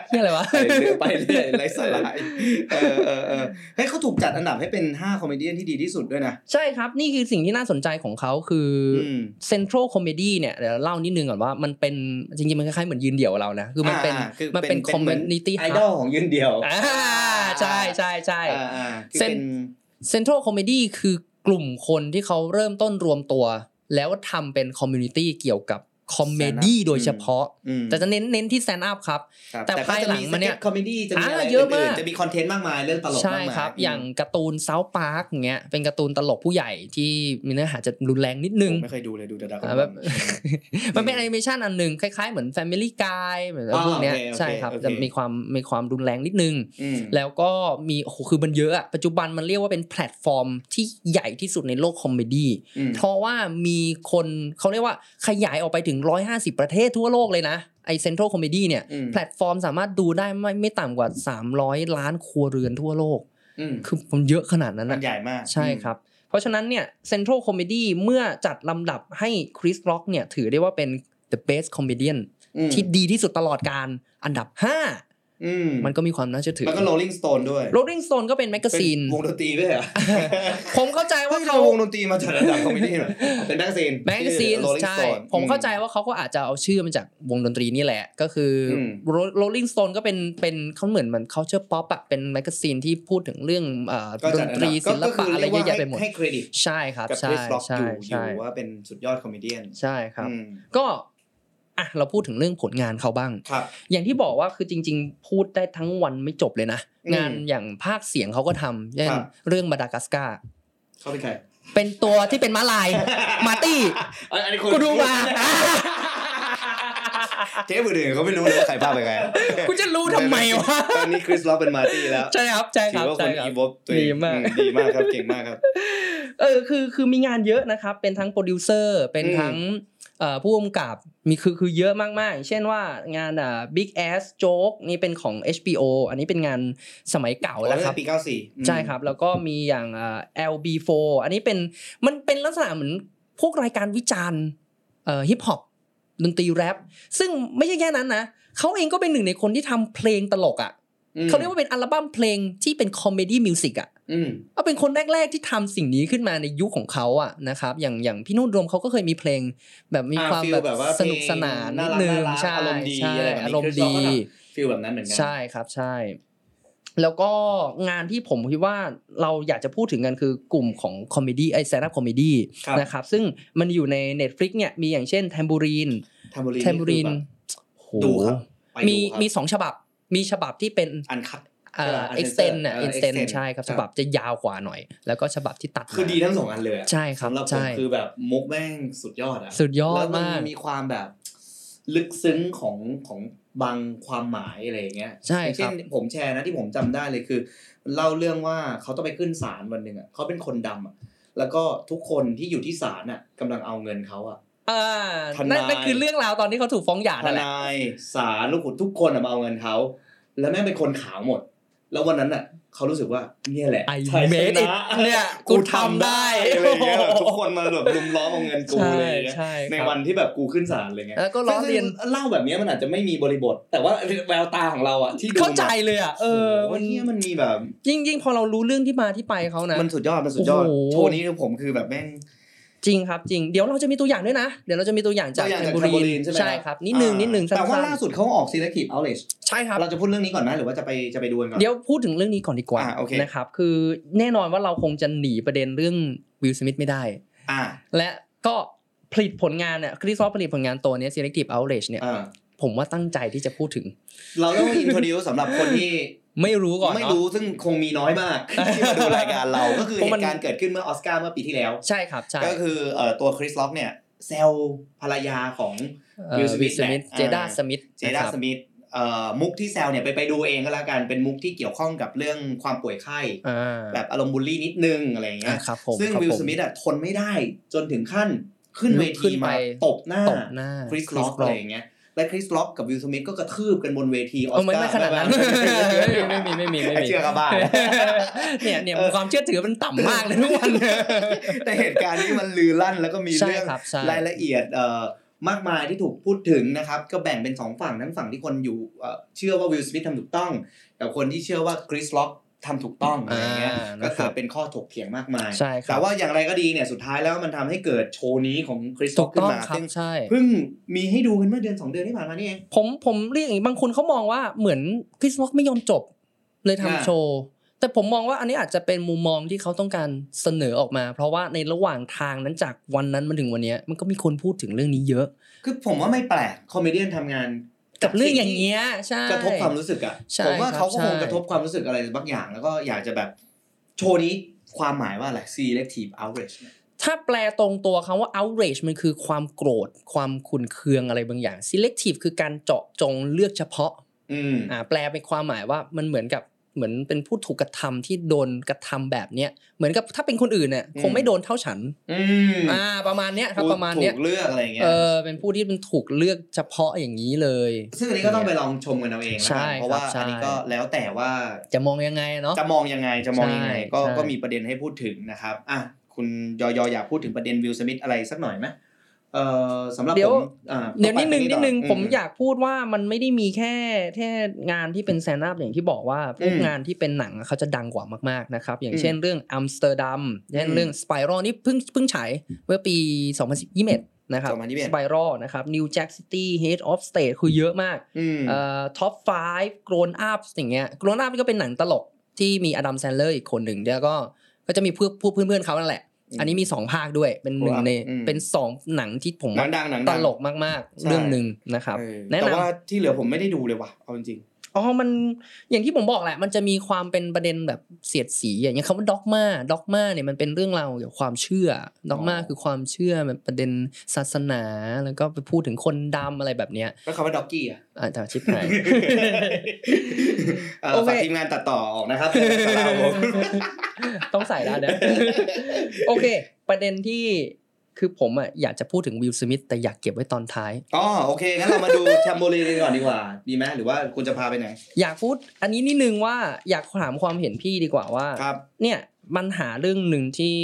B: เรียกอะไรวะ
C: ไปเรื่อยไปเรื่อยไร้สาระเออเออเออเฮ้ยเขาถูกจัดอันดับให้เป็น5คอมเมดี้ที่ดีที่สุดด้วยนะ
B: ใช่ครับ นี่คือสิ่งที่น่าสนใจของเขาคือ
C: อื
B: อ
C: ม
B: Central Comedy เนี่ยเดี๋ยวเล่านิดนึงก่อนว่ามันเป็นจริง ๆ มันคล้ายๆเหมือนยืนเดี่ยวเรานะ คือมันเป็น
C: อ่าคือ
B: มันเป็นคอม
C: ห
B: เมนิตี้
C: ไอดอลของยืนเดียว
B: อ่าใช่ใช่ใช่
C: อ่าอ่าคือ
B: เส้น
C: เป็น
B: เซ็นทรัลคอมเมดี้คือกลุ่มคนที่เขาเริ่มต้นรวมตัว แล้วทำเป็นคอมมูนิตี้เกี่ยวกับคอมเมดี้
C: Stand up
B: โดยเฉพาะ
C: อืม
B: แต่จะเน้นเน้นที่แซนด์อัพครับ
C: ครับ
B: แต่ภายหลังมันเนี่ย
C: คอมเมดี้จะมีอะไร
B: อ่าเยอะมาก
C: นๆจะมีคอนเทนต์มากมาย เรื่องตลก
B: ใช่
C: มากมาย
B: ครับ
C: ม
B: อย่างการ์ตูน South Park อย่างเงี้ยเป็นการ์ตูนตลกผู้ใหญ่ที่มีเนื้อหาจะรุนแรงนิดนึง
C: ผมไม่เคยดูเลยดูแต่ดา
B: อ่าแบบ มันเป็นแอนิเมชันอันหนึ่งคล้าย ๆ เหมือน Family Guy เหมือนอะไรพวกเนี้ย
C: อ่าโอเคโอเค
B: ใช่ครับ
C: โอเค
B: จะมีความมีความรุนแรงนิดนึง
C: อืม
B: แล้วก็มีโอ้โหคือมันเยอะอะปัจจุบันมันเรียกว่าเป็นแพลตฟอร์มที่ใหญ่ที่สุดในโลกคอมเมดี้
C: อืม
B: เพราะว่ามีคนเขาเรียกว่าขยายออกไปถึง 150 ประเทศทั่วโลกเลยนะ ไอเซ็นทรัลคอมเมดี้เนี่ย
C: อืม
B: แพลตฟอร์มสามารถดูได้ไม่ไม่ต่ำกว่า 300 ล้านครัวเรือนทั่วโลก
C: อืม
B: คือมันเยอะขนาดนั้น
C: มัน
B: นะ
C: ใหญ่มาก
B: ใช่ครับ เพราะฉะนั้นเนี่ยเซ็นทรัลคอมเมดี้เมื่อจัดลำดับให้คริสร็อกเนี่ย ถือได้ว่าเป็น the best comedian
C: อืม
B: ที่ดีที่สุดตลอดการอันดับ 5
C: อืม
B: มันก็มีความน่าเชื่อถือ
C: แล้วก็ Rolling Stone ด้วย
B: Rolling Stone ก็เป็นแมกกาซีน
C: เป็วงดนตรีด้วยเหรอ
B: ผมเข้าใจว่า
C: เฮ้ยเรา
B: เขา
C: วงดนตรีมาจัดระดับคอมเมดี้เหรอเป็นแมกกาซีน
B: แมกกาซีน
C: Rolling
B: ใช่
C: Stone
B: ผมเข้าใจ
C: อื
B: ว่าเขาก็อาจจะเอาชื่อมาจากวงดนตรีนี่แหละ ก็คืออ
C: ม
B: Ro- Rolling Stone ก็เป็นเป็นเขาเหมือนเหมือน culture pop อะเป็นแมกกาซีนที่พูดถึงเรื่องเอ่อ
C: ก็
B: ด
C: จั
B: น
C: ด
B: ต
C: นดั
B: รี
C: บ
B: ศิลปะอะไรเยอะแยะไปหมด
C: ก็คือเรียกว่าให้ให้เครดิต
B: ใช่ครับ
C: กับ
B: ใช่
C: คริสล็อก
B: ใช่
C: อยู่อ
B: ใช่
C: ยู่ว่าเป็นสุดยอดคอมเมดี้
B: ใช่ครับ
C: อืม
B: ก็อ่ะเราพูดถึงเรื่องผลงานเขาบ้าง
C: ครับ
B: อย่างที่บอกว่าคือจริง ๆ พูดได้ทั้งวันไม่จบเลยนะ
C: อืม
B: งานอย่างภาคเสียงเขาก็ทำเช่น
C: ครับ
B: เรื่องมาดากัสการ์
C: เขาเป็นใคร
B: เป็นตัวที่เป็นม้าลาย มาร์ตี้
C: อันอันนี้
B: กูดูมา
C: เทปอื่นๆเขาไม่รู้เลยว่าใครภาพเป็นใคร
B: คุณจะรู้ทำไมวะ
C: ตอนนี้คริสล็อกเป็นมาร์ตี้แล้ว
B: ใช่ครับใช่ค
C: ถื
B: รับ
C: อว่าค
B: ใช่
C: น
B: ครับ
C: อีโวบตัวเอง
B: ดีมาก
C: อืดีมากครับเก่งมากครับ
B: เออคือคือมีงานเยอะนะครับ เป็นทั้งโปรดิวเซอร์เป็น
C: อืม
B: ทั้งเอ่อผู้กำกับมีคือคือเยอะมากๆอย่างเช่นว่างานอ่า Big Ass Joke นี่เป็นของ HBO อันนี้เป็นงานสมัยเก่า
C: า
B: แล้วครับ
C: ปี 94อืม
B: ใช่ครับ แล้วก็มีอย่างเอ่อ LB4 อันนี้เป็นมันเป็นลักษณะเหมือนพวกรายการวิจารณ์ฮิปฮอปดนตรีแรปซึ่งไม่ใช่แค่นั้นนะเขาเองก็เป็นหนึ่งในคนที่ทำเพลงตลกอะ่ะ
C: อืม
B: เขาเรียกว่าเป็นอัลบั้มเพลงที่เป็นคอมเมดี้มิวสิกอ่ะ
C: อืม
B: ก็เป็นคนแรก ๆ ที่ทำสิ่งนี้ขึ้นมาในยุคของเขาอ่ะนะครับอย่างอย่างพี่นุ่นรวมเขาก็เคยมีเพลงแบบมี
C: อ่
B: ความ
C: ฟีล
B: แบบ
C: ว่า
B: สนุกสนานนิดนึง
C: ารักๆ
B: ใช่
C: อารมณ์ดี
B: ใช่
C: อะไรแบบนี้
B: อารมณ์
C: คื
B: ดี
C: เขาก็แบบฟีลแบบนั้นเหมือนกั
B: ใช่ครับใช่ แล้วก็งานที่ผมคิดว่าเราอยากจะพูดถึงกันคือกลุ่มของคอมเมดี้ไอแซนด์คอมเมดี้
C: ครับ
B: นะครับ ซึ่งมันอยู่ใน Netflix เนี่ยมีอย่างเช่นแทมบูรีน
C: แทมบูรีน
B: แทมบูรีน
C: คือแบบ ดูครับไปดู
B: มี
C: ครับ
B: มีสองฉบับ มีฉบับที่เป็น
C: อันคัด
B: เอ่อ
C: ใช่ป่ะ
B: เอ็ก
C: Uncensored
B: เซนน่ะ
C: เออ
B: เอ็กเซน
C: Extend
B: ใช่ครับ
C: ครับ
B: ฉบับจะยาวกว่าหน่อย แล้วก็ฉบับที่ตัดมา
C: คือดีทั้งสองอันเลยอะ
B: ใช่ครับ
C: สำหรับผ
B: ใช่
C: มคือแบบมุกแม่งสุดยอดอะ
B: สุดยอ
C: แล้
B: ด
C: วมัน
B: มาก
C: มีความแบบ ลึกซึ้งของของบางความหมายอะไรอย่างเงี้ย
B: ใช่
C: อย่าง
B: ค
C: เช่
B: รั
C: น
B: บ
C: ผมแชร์นะที่ผมจำได้เลยคือมันเล่าเรื่องว่าเขาต้องไปขึ้นศาลวันหนึ่งอะเขาเป็นคนดำอะแล้วก็ทุกคนที่อยู่ที่ศาลอะกำลังเอาเงินเขาอะ
B: อ่า
C: ทนาย
B: นั่นนั่นคือเรื่องราวตอนที่เขาถูกฟ้องหย่า
C: ท
B: นั่นแหละ
C: นายศาลลูกขุนทุกคนอะมาเอาเงินเขา แล้วแม่งเป็นคนขาวหมด แล้ววันนั้นอ่ะเขารู้สึกว่าเนี่ยแหละ
B: I
C: ชัยช
B: made it
C: นะ
B: เนี่ยกูทำได้
C: อะไรอย่างเงี้ยแบบทุกคนมาแบบลุมล้อมเอาเงินกูอะไรอย่างเงี้ย
B: ใช่
C: ใน
B: ครับ
C: วันที่แบบกูขึ้นศาลอะไรเงี้ย
B: แล้วก็ล้อเลียน
C: ซึ่งเล่าแบบเนี้ยมันอาจจะไม่มีบริบท แต่ว่าแววตาของเราอ่ะที่ดู
B: เข้าใจเลยอ่ะเออ
C: มั
B: มัน น
C: เนี่ยมันมีแบบ
B: ยิ่งยิ่งพอเรารู้เรื่องที่มาที่ไปเขานะ
C: มันสุดยอดมันสุดยอด
B: โอ้โห
C: โชว์นี้คือผมคือแบบแม่ง
B: จริงครับจริงเดี๋ยวเราจะมีตัวอย่างด้วยนะ เดี๋ยวเราจะมีตัวอย่างจาก
C: ตัวอย่าง
B: แค
C: จาก
B: มบู
C: แคนเบอร์
B: รี
C: รีน
B: น
C: ใช่ไหม
B: ใช่ครับนิดนึง
C: อ่า
B: นิดนึงสั้
C: แต่ว่าน ล่าสุดเขาออก selective outrage
B: ๆใช่ครับ
C: เราจะพูดเรื่องนี้ก่อนไหมหรือว่าจะไปจะไปดูกันก่อน
B: เดี๋ยวพูดถึงเรื่องนี้ก่อนดีกว่า
C: อ่าโอเค
B: นะครับคือแน่นอนว่าเราคงจะหนีประเด็นเรื่องวิลสมิธไม่ได้
C: อ่า
B: และก็ผลิตผลงานเนี่ยคริสซอฟผลิตผลงานตัวเนี้ย selective outrage เนี่ย
C: อ่า
B: ผมว่าตั้งใจที่จะพูดถึง
C: เราต้องอินโทรดิวสำหรับคนที่
B: ไม่รู้ก่อน
C: ไม่
B: เนาะ
C: รู้ซึ่งคงมีน้อยมาก ที่มาดูรายการ เราก็คือ
B: เพ
C: เห
B: ราะมัน
C: ตุการณ์เกิดขึ้นเมื่อออสการ์เมื่อปีที่แล้ว
B: ใช่ครับใช่
C: ก็คือเอ่อตัวคริสล็อกเนี่ยเซลภรรยาของ
B: เอ่อ
C: Will Smith
B: Will Smith
C: แหละ
B: เจด้าสมิธ
C: เจด้าสมิธเอ่อมุกที่แซลเนี่ยไปไปดูเองก็แล้วกันเป็นมุกที่เกี่ยวข้องกับเรื่องความป่วยไข้
B: อ่า
C: แบบอารมณ์บูลลี่นิดนึงอะไรอย่างเงี้
B: อ่าย ครับผม
C: ซึ่ง
B: ครับ
C: วิล
B: ผม
C: สมิธอ่ะทนไม่ได้จนถึงขั้นขึ้นเว
B: ลุกขึ้
C: ที
B: นไป
C: มาตบหน้า
B: ตบหน้า
C: คริสล็อกอะไรอย่างเงี้ยและคริสล็อกกับวิลสมิธก็กระทืบกันบนเวทีออ
B: เอา
C: ส
B: ไม่
C: การ์
B: ไม่ขนาดนั้นไม่มีไม่มีไม่มี
C: เชื่อกับบ้าน
B: เนี่ยเนี่ยความเชื่อถือมันต่ำมากเลยทุกวัน
C: แต่เหตุการณ์นี้มันลือลั่นแล้วก็มี
B: ใช่
C: เรื่อง
B: ครับใช่
C: รายละเอียดเอ่อมากมายที่ถูกพูดถึงนะครับ ก็แบ่งเป็นสองฝั่งทั้งฝั่งที่คนอยู่เอ่อเชื่อว่าวิลสมิธทำถูกต้อง กับคนที่เชื่อว่าคริสล็อกทำถูกต้องอะไรเงี้ย
B: า
C: ก็
B: นะค
C: เกิ
B: รั
C: ด
B: บ
C: เป็นข้อถกเถียงมากมาย
B: ใช่ครับ
C: แต่ว่าอย่างไรก็ดีเนี่ยสุดท้ายแล้วมันทำให้เกิดโชว์นี้ของคริสล็
B: ถู
C: อก
B: ก
C: ขึ้
B: ต้
C: น
B: อง
C: มา
B: ครับ
C: ซึ่ง
B: ใช่
C: เพิ่งมีให้ดูกันเมื่อเดือนสองเดือนที่ผ่านมานี่เอง
B: ผมผมเรียกอย่างนี้บางคนเขามองว่าเหมือนคริสล็อกไม่ยอมจบ เลยทำ
C: อ่า
B: โชว์ แต่ผมมองว่าอันนี้อาจจะเป็นมุมมองที่เขาต้องการเสนอออกมา เพราะว่าในระหว่างทางนั้นจากวันนั้นมาถึงวันเนี้ยมันก็มีคนพูดถึงเรื่องนี้เยอะ
C: คือผมว่าไม่แปลกคอมเมเดี้ทำงาน
B: กับเรื่องอย่าง
C: นี้
B: เงี้ยใช่
C: กระทบความรู้สึกอ่ะ
B: ใช่
C: ผมว่า
B: ครับ
C: เขาก็คง
B: ใช่
C: กระทบความรู้สึกอะไรบางอย่าง แล้วก็อยากจะแบบโชว์นี้ความหมายว่าอะไร selective outrage เนี่ย
B: ถ้าแปลตรงตัวคำว่า outrage มันคือความโกรธ ความขุนเคืองอะไรบางอย่าง selective คือการเจาะจงเลือกเฉพาะ
C: อืม
B: อ่าแปลเป็นความหมายว่ามันเหมือนกับเหมือนเป็นผู้ถูกกระทำที่โดนกระทำแบบเนี้ยเหมือนกับถ้าเป็นคนอื่นเนี่ยคงไม่โดนเท่าฉัน
C: อืม
B: อ่าประมาณเนี้ยครับประมาณ
C: ถู
B: เนี้ย
C: กเลือกอะไรอย่างเงี้ย
B: เออเป็นผู้ที่เป็นถูกเลือกเฉพาะอย่างนี้เลย
C: ซึ่งอันนี้ก็ต้องไปลองชมกันเอาเองนะ
B: ใช่ค
C: ครับ
B: รับ
C: เพราะว่า
B: ใช่
C: อันนี้ก็แล้วแต่ว่า
B: จะมองยังไงเนาะ
C: จะมองยังไงจะมองยังไง
B: ใช่
C: ก็
B: ใช่
C: ก็มีประเด็นให้พูดถึงนะครับอ่ะคุณยอยอยากพูดถึงประเด็นวิลสมิธอะไรสักหน่อยไหม เอ่อสำหรับ
B: เดี๋ยว
C: ผมอ่า
B: เดี๋ยวนิดนึง
C: ต่
B: นิ
C: อ
B: ด
C: ไป
B: นึง
C: ต่
B: ผมอยากพูดว่ามันไม่ได้มีแค่แค่งานที่เป็นแซนด์อัพอย่างที่บอกว่าพวกงานที่เป็นหนังอะเขาจะดังกว่ามากๆนะครับ อย่างเช่นเรื่องอัมสเตอร์ดัมเช่นเรื่องสไปรัลนี่เพิ่งเพิ่งฉายเมื่อปี 2021 นะครับ
C: 2021
B: สไปรัลนะครับนิวแจ็กซิตี้เฮดออฟสเตทคือเยอะมาก
C: อืม
B: เอ่อท็อป5 grown up อย่างเงี้ย grown up นี่ก็เป็นหนังตลกที่มีอดัมแซนเลอร์อีกคนหนึ่งแล้วก็ก็จะมีพวกพวกเพื่อนๆเขานั่นแหละ
C: อืม
B: อันนี้มี 2 ภาคด้วยเป็นหนึ่ง
C: Grown Up
B: ใน
C: อืม
B: เป็น 2 หนังที่ผม
C: หนั
B: ว่าง
C: ดังหนัง
B: ต
C: ดัง
B: ลกมากๆ
C: ใช่
B: เรื่องหนึ่งนะครับ
C: เออ
B: แนะ
C: แต่
B: น
C: ว่าที่เหลือผมไม่ได้ดูเลยว่ะเอาจริง
B: ำอ๋อมันอย่างที่ผมบอกแหละ มันจะมีความเป็นประเด็นแบบเสียดสี อย่างเงี้ยคำว่าด็อกมาด็อกมาเนี่ยมันเป็นเรื่องราวเกี่ยวกับความเชื่อด็อกมา
C: อ๋อ
B: คือความเชื่อแบบประเด็นศาสนาแล้วก็ไปพูดถึงคนดำอะไรแบบเนี้ย
C: ๆแล้วคำว่าด็อกกี้ อ่ะ
B: อ่าแต่ชิบหาย
C: เอ่อ
B: โอเค
C: ฝากทีมงานตัดต่อออกนะครับ สำหรับผม
B: ต้องใส่แล้วนะ โอเค ประเด็นที่คือผมอ่ะอยากจะพูดถึงวิลสมิธแต่อยากเก็บไว้ตอนท้าย
C: อ๋อโอเคงั้นเรามาดูแชมโบลีกันก่อนดีกว่าดีไหมหรือว่าคุณจะพาไปไหน
B: อยากพูดอันนี้นิดนึงว่าอยากถามความเห็นพี่ดีกว่าว่า
C: ครับ
B: เนี่ยปัญหาเรื่องหนึ่งที่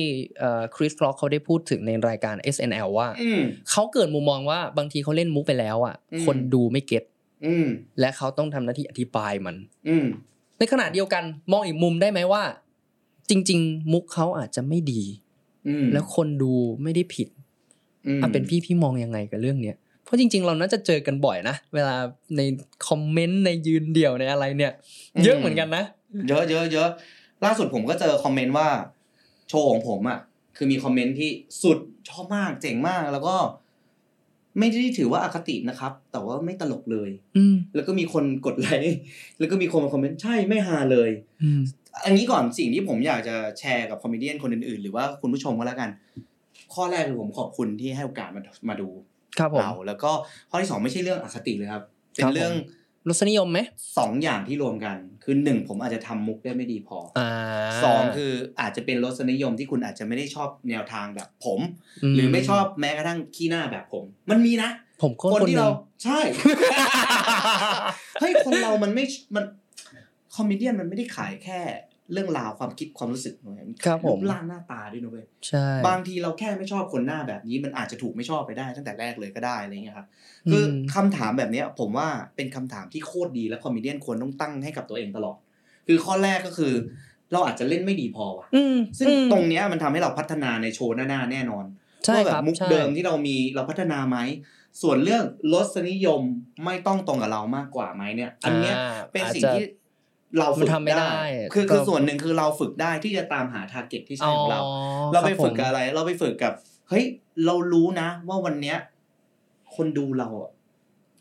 B: คริสฟล็อกเขาได้พูดถึงในรายการ SNL ว่า
C: อืม
B: เขาเกิดมุมมองว่าบางทีเขาเล่นมุกไปแล้วอ่ะ
C: อืม
B: คนดูไม่เก็ต
C: อืม
B: และเขาต้องทำหน้าที่อธิบายมัน
C: อืม
B: ในขณะเดียวกันมองอีกมุมได้ไหมว่า จริง ๆ มุกเขาอาจจะไม่ดี
C: อืม
B: แล้วคนดูไม่ได้ผิด
C: อืม
B: อ่ะเป็นพี่พี่มองยังไงกับเรื่องเนี้ย เพราะจริง ๆ เราน่าจะเจอกันบ่อยนะ เวลาในคอมเมนต์ในยืนเดี่ยวในอะไรเนี่ย เยอะเหมือนกันนะ
C: เยอะเยอะเยอะล่าสุดผมก็เจอคอมเมนต์ว่า โชว์ของผมอ่ะ คือมีคอมเมนต์ที่สุดชอบมากเจ๋งมากแล้วก็ ไม่ได้ถือว่าอาคตินะครับ แต่ว่าไม่ตลกเลย
B: อืม
C: แล้วก็มีคนกดไลค์ แล้วก็มีคนมาคอมเมนต์ใช่ไม่ฮาเลย
B: อืม
C: อันนี้ก่อนสิ่งที่ผมอยากจะแชร์กับคอมเมเดี้คนอื่นๆ หรือว่าคุณผู้ชมก็แล้วกัน ข้อแรกคือผมขอบคุณที่ให้โอกาสมามาดู
B: ครับผม
C: เราแล้วก็ข้อที่สองไม่ใช่เรื่องอคติเลยครับ เป็
B: ครั
C: น
B: บ
C: เรื่อง
B: รสนิยมไหม
C: สองอย่างที่รวมกัน คือหนึ่งผมอาจจะทำมุกได้ไม่ดีพอ
B: อ่า
C: อสองคืออาจจะเป็นรสนิยมที่คุณอาจจะไม่ได้ชอบแนวทางแบบผม หรือไม่ชอบแม้กระทั่งขี้หน้าแบบผม มันมีนะ
B: ผมก็
C: คน
B: คน
C: ที่
B: ห
C: เรา
B: นึ่ง
C: ใช่ เฮ้ยคนเรามันไม่มันคอมเมดี้มันไม่ได้ขายแค่เรื่องราวความคิดความรู้สึกหน่อยมัน
B: ครับผ
C: รู
B: ม
C: ปร่างหน้าตาด้วยนะเว้ย
B: ใช่
C: บางทีเราแค่ไม่ชอบคนหน้าแบบนี้มันอาจจะถูกไม่ชอบไปได้ตั้งแต่แรกเลยก็ได้อะไรเงี้ยครับคืออ
B: ม
C: คำถามแบบเนี้ย ผมว่าเป็นคำถามที่โคตรดีและคอมเมดี้ควรต้องตั้งให้กับตัวเองตลอด คือข้อแรกก็คือ เราอาจจะเล่นไม่ดีพอว่ะ
B: อืม
C: ซึ่ง
B: อืม
C: ตรงเนี้ยมันทำให้เราพัฒนาในโชว์หน้าๆแน่นอน
B: ใช่
C: ว่าแบ
B: ครับ
C: บมุก
B: ใช่
C: เดิมที่เรามีเราพัฒนาไหม ส่วนเรื่องรสนิยมไม่ต้องตรงกับเรามากกว่าไหมเนี่ย อันเนี้ย
B: า
C: เป็นสิ่ง
B: อาจจะ
C: ที่เราฝึก
B: มันทำไม่ได้
C: คือ
B: ก็
C: คือส่วนหนึ่งคือเราฝึกได้ที่จะตามหาทาร์เก็ตที่ใช่ของเรา
B: อ๋อ
C: เราไป
B: คบ
C: ฝึกกั
B: ผม
C: บอะไร เราไปฝึกกับ เฮ้ย เรารู้นะ ว่าวันเนี้ย คนดูเราอะ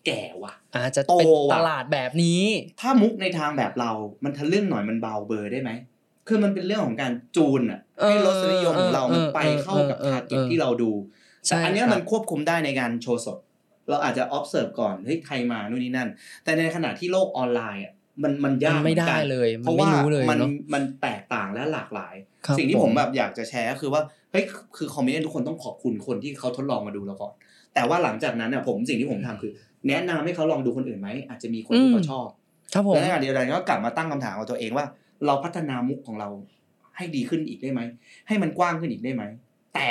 C: แก่ว่ะ
B: อาจจะ
C: โต
B: เป็น
C: ว่ะ
B: ตลาดแบบนี้
C: ถ้ามุกในทางแบบเรา มันทะลึ่งหน่อยมันเบาเบอร์ได้ไหม คือมันเป็นเรื่องของการจูนอะ
B: เออ
C: ให้รสนิยมของเรา มันไป
B: เออเออ
C: เข้ากับ
B: เออ
C: ทาร์เก็ต
B: เออ
C: ที่เราดู แต่
B: ใช่
C: อันเนี้
B: ค
C: ย
B: รับ
C: มันควบคุมได้ในการโชว์สด เราอาจจะ observe ก่อน เฮ้ย ใครมานู่นนี่นั่น แต่ในขณะที่โลกออนไลน์อ่ะ มันมันยาก
B: มันไม่
C: หอน
B: ได้
C: กัน
B: เลย
C: เพ
B: มัน
C: ราะ
B: ไม่
C: ว่า
B: รู้เลย
C: มัน
B: เนาะ
C: มันแตกต่างและหลากหลาย
B: ครับ
C: สิ่งที่ผมแบบอยากจะแชร์ก็คือว่า เฮ้ย คือคอมเมนต์ทุกคนต้องขอบคุณคนที่เขาทดลองมาดูเราก่อน แต่ว่าหลังจากนั้นอ่ะผมสิ่งที่ผมทำคือ แนะนำให้เขาลองดูคนอื่นไหม อาจจะมีคนที่เขาชอบ
B: ครับผม
C: และในขณะเดียวกันก็กลับมาตั้งคำถามกับตัวเองว่า เราพัฒนามุกของเราให้ดีขึ้นอีกได้ไหม ให้มันกว้างขึ้นอีกได้ไหม แต่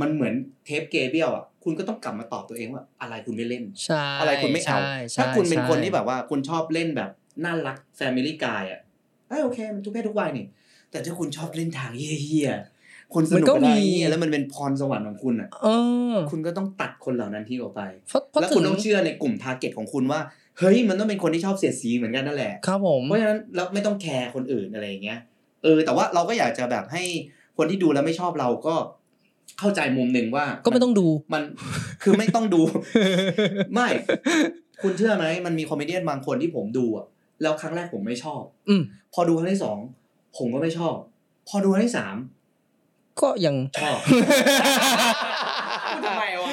C: มันเหมือนเทปเกเบียลอ่ะ คุณก็ต้องกลับมาตอบตัวเองว่าอะไรคุณไม่เล่น
B: ใช่
C: อะไรคุณไม่เอา
B: ใช่ใช่
C: ถ้าคุณเป็นคน
B: ใช่
C: ที่แบบว่าคุณชอบเล่นแบบน่ารักแฟมิลี่กายอ่ะเอ้ยโอเค มันทุกเพศทุกวัยนี่ แต่ถ้าคุณชอบเล่นทางเฮี้ยๆคนส
B: มัน
C: นุก
B: ก็
C: ก็ได้
B: มี
C: เนี่ยแล้วมันเป็นพรสวรรค์ของคุณอ่ะ
B: เออ
C: คุณก็ต้องตัดคนเหล่านั้นที่ออกไป
B: เพราะเพราะ
C: แล้ว
B: ถึ
C: คุณ
B: ง
C: ต้องเชื่อในกลุ่มทาร์เก็ตของคุณว่า เฮ้ยมันต้องเป็นคนที่ชอบเสียดสีเหมือนกันนั่นแหละ
B: ครับผม
C: เพราะฉะนั้นเราไม่ต้องแคร์คนอื่นอะไรอย่างเงี้ย เออ แต่ว่าเราก็อยากจะแบบให้คนที่ดูแล้วไม่ชอบเราก็เข้าใจมุมหนึ่งว่า
B: ก็ไม่ต้องดู
C: มันคือไม่ต้องดู ไม่ คุณเชื่อไหมมันมีคอมเมเดี้บางคนที่ผมดูอะแล้วครั้งแรกผมไม่ชอบ
B: อืม
C: พอดูครั้งที่สองผมก็ไม่ชอบ พอดูครั้งที่สาม
B: ก็ยัง
C: ชอบ ทำไมวะ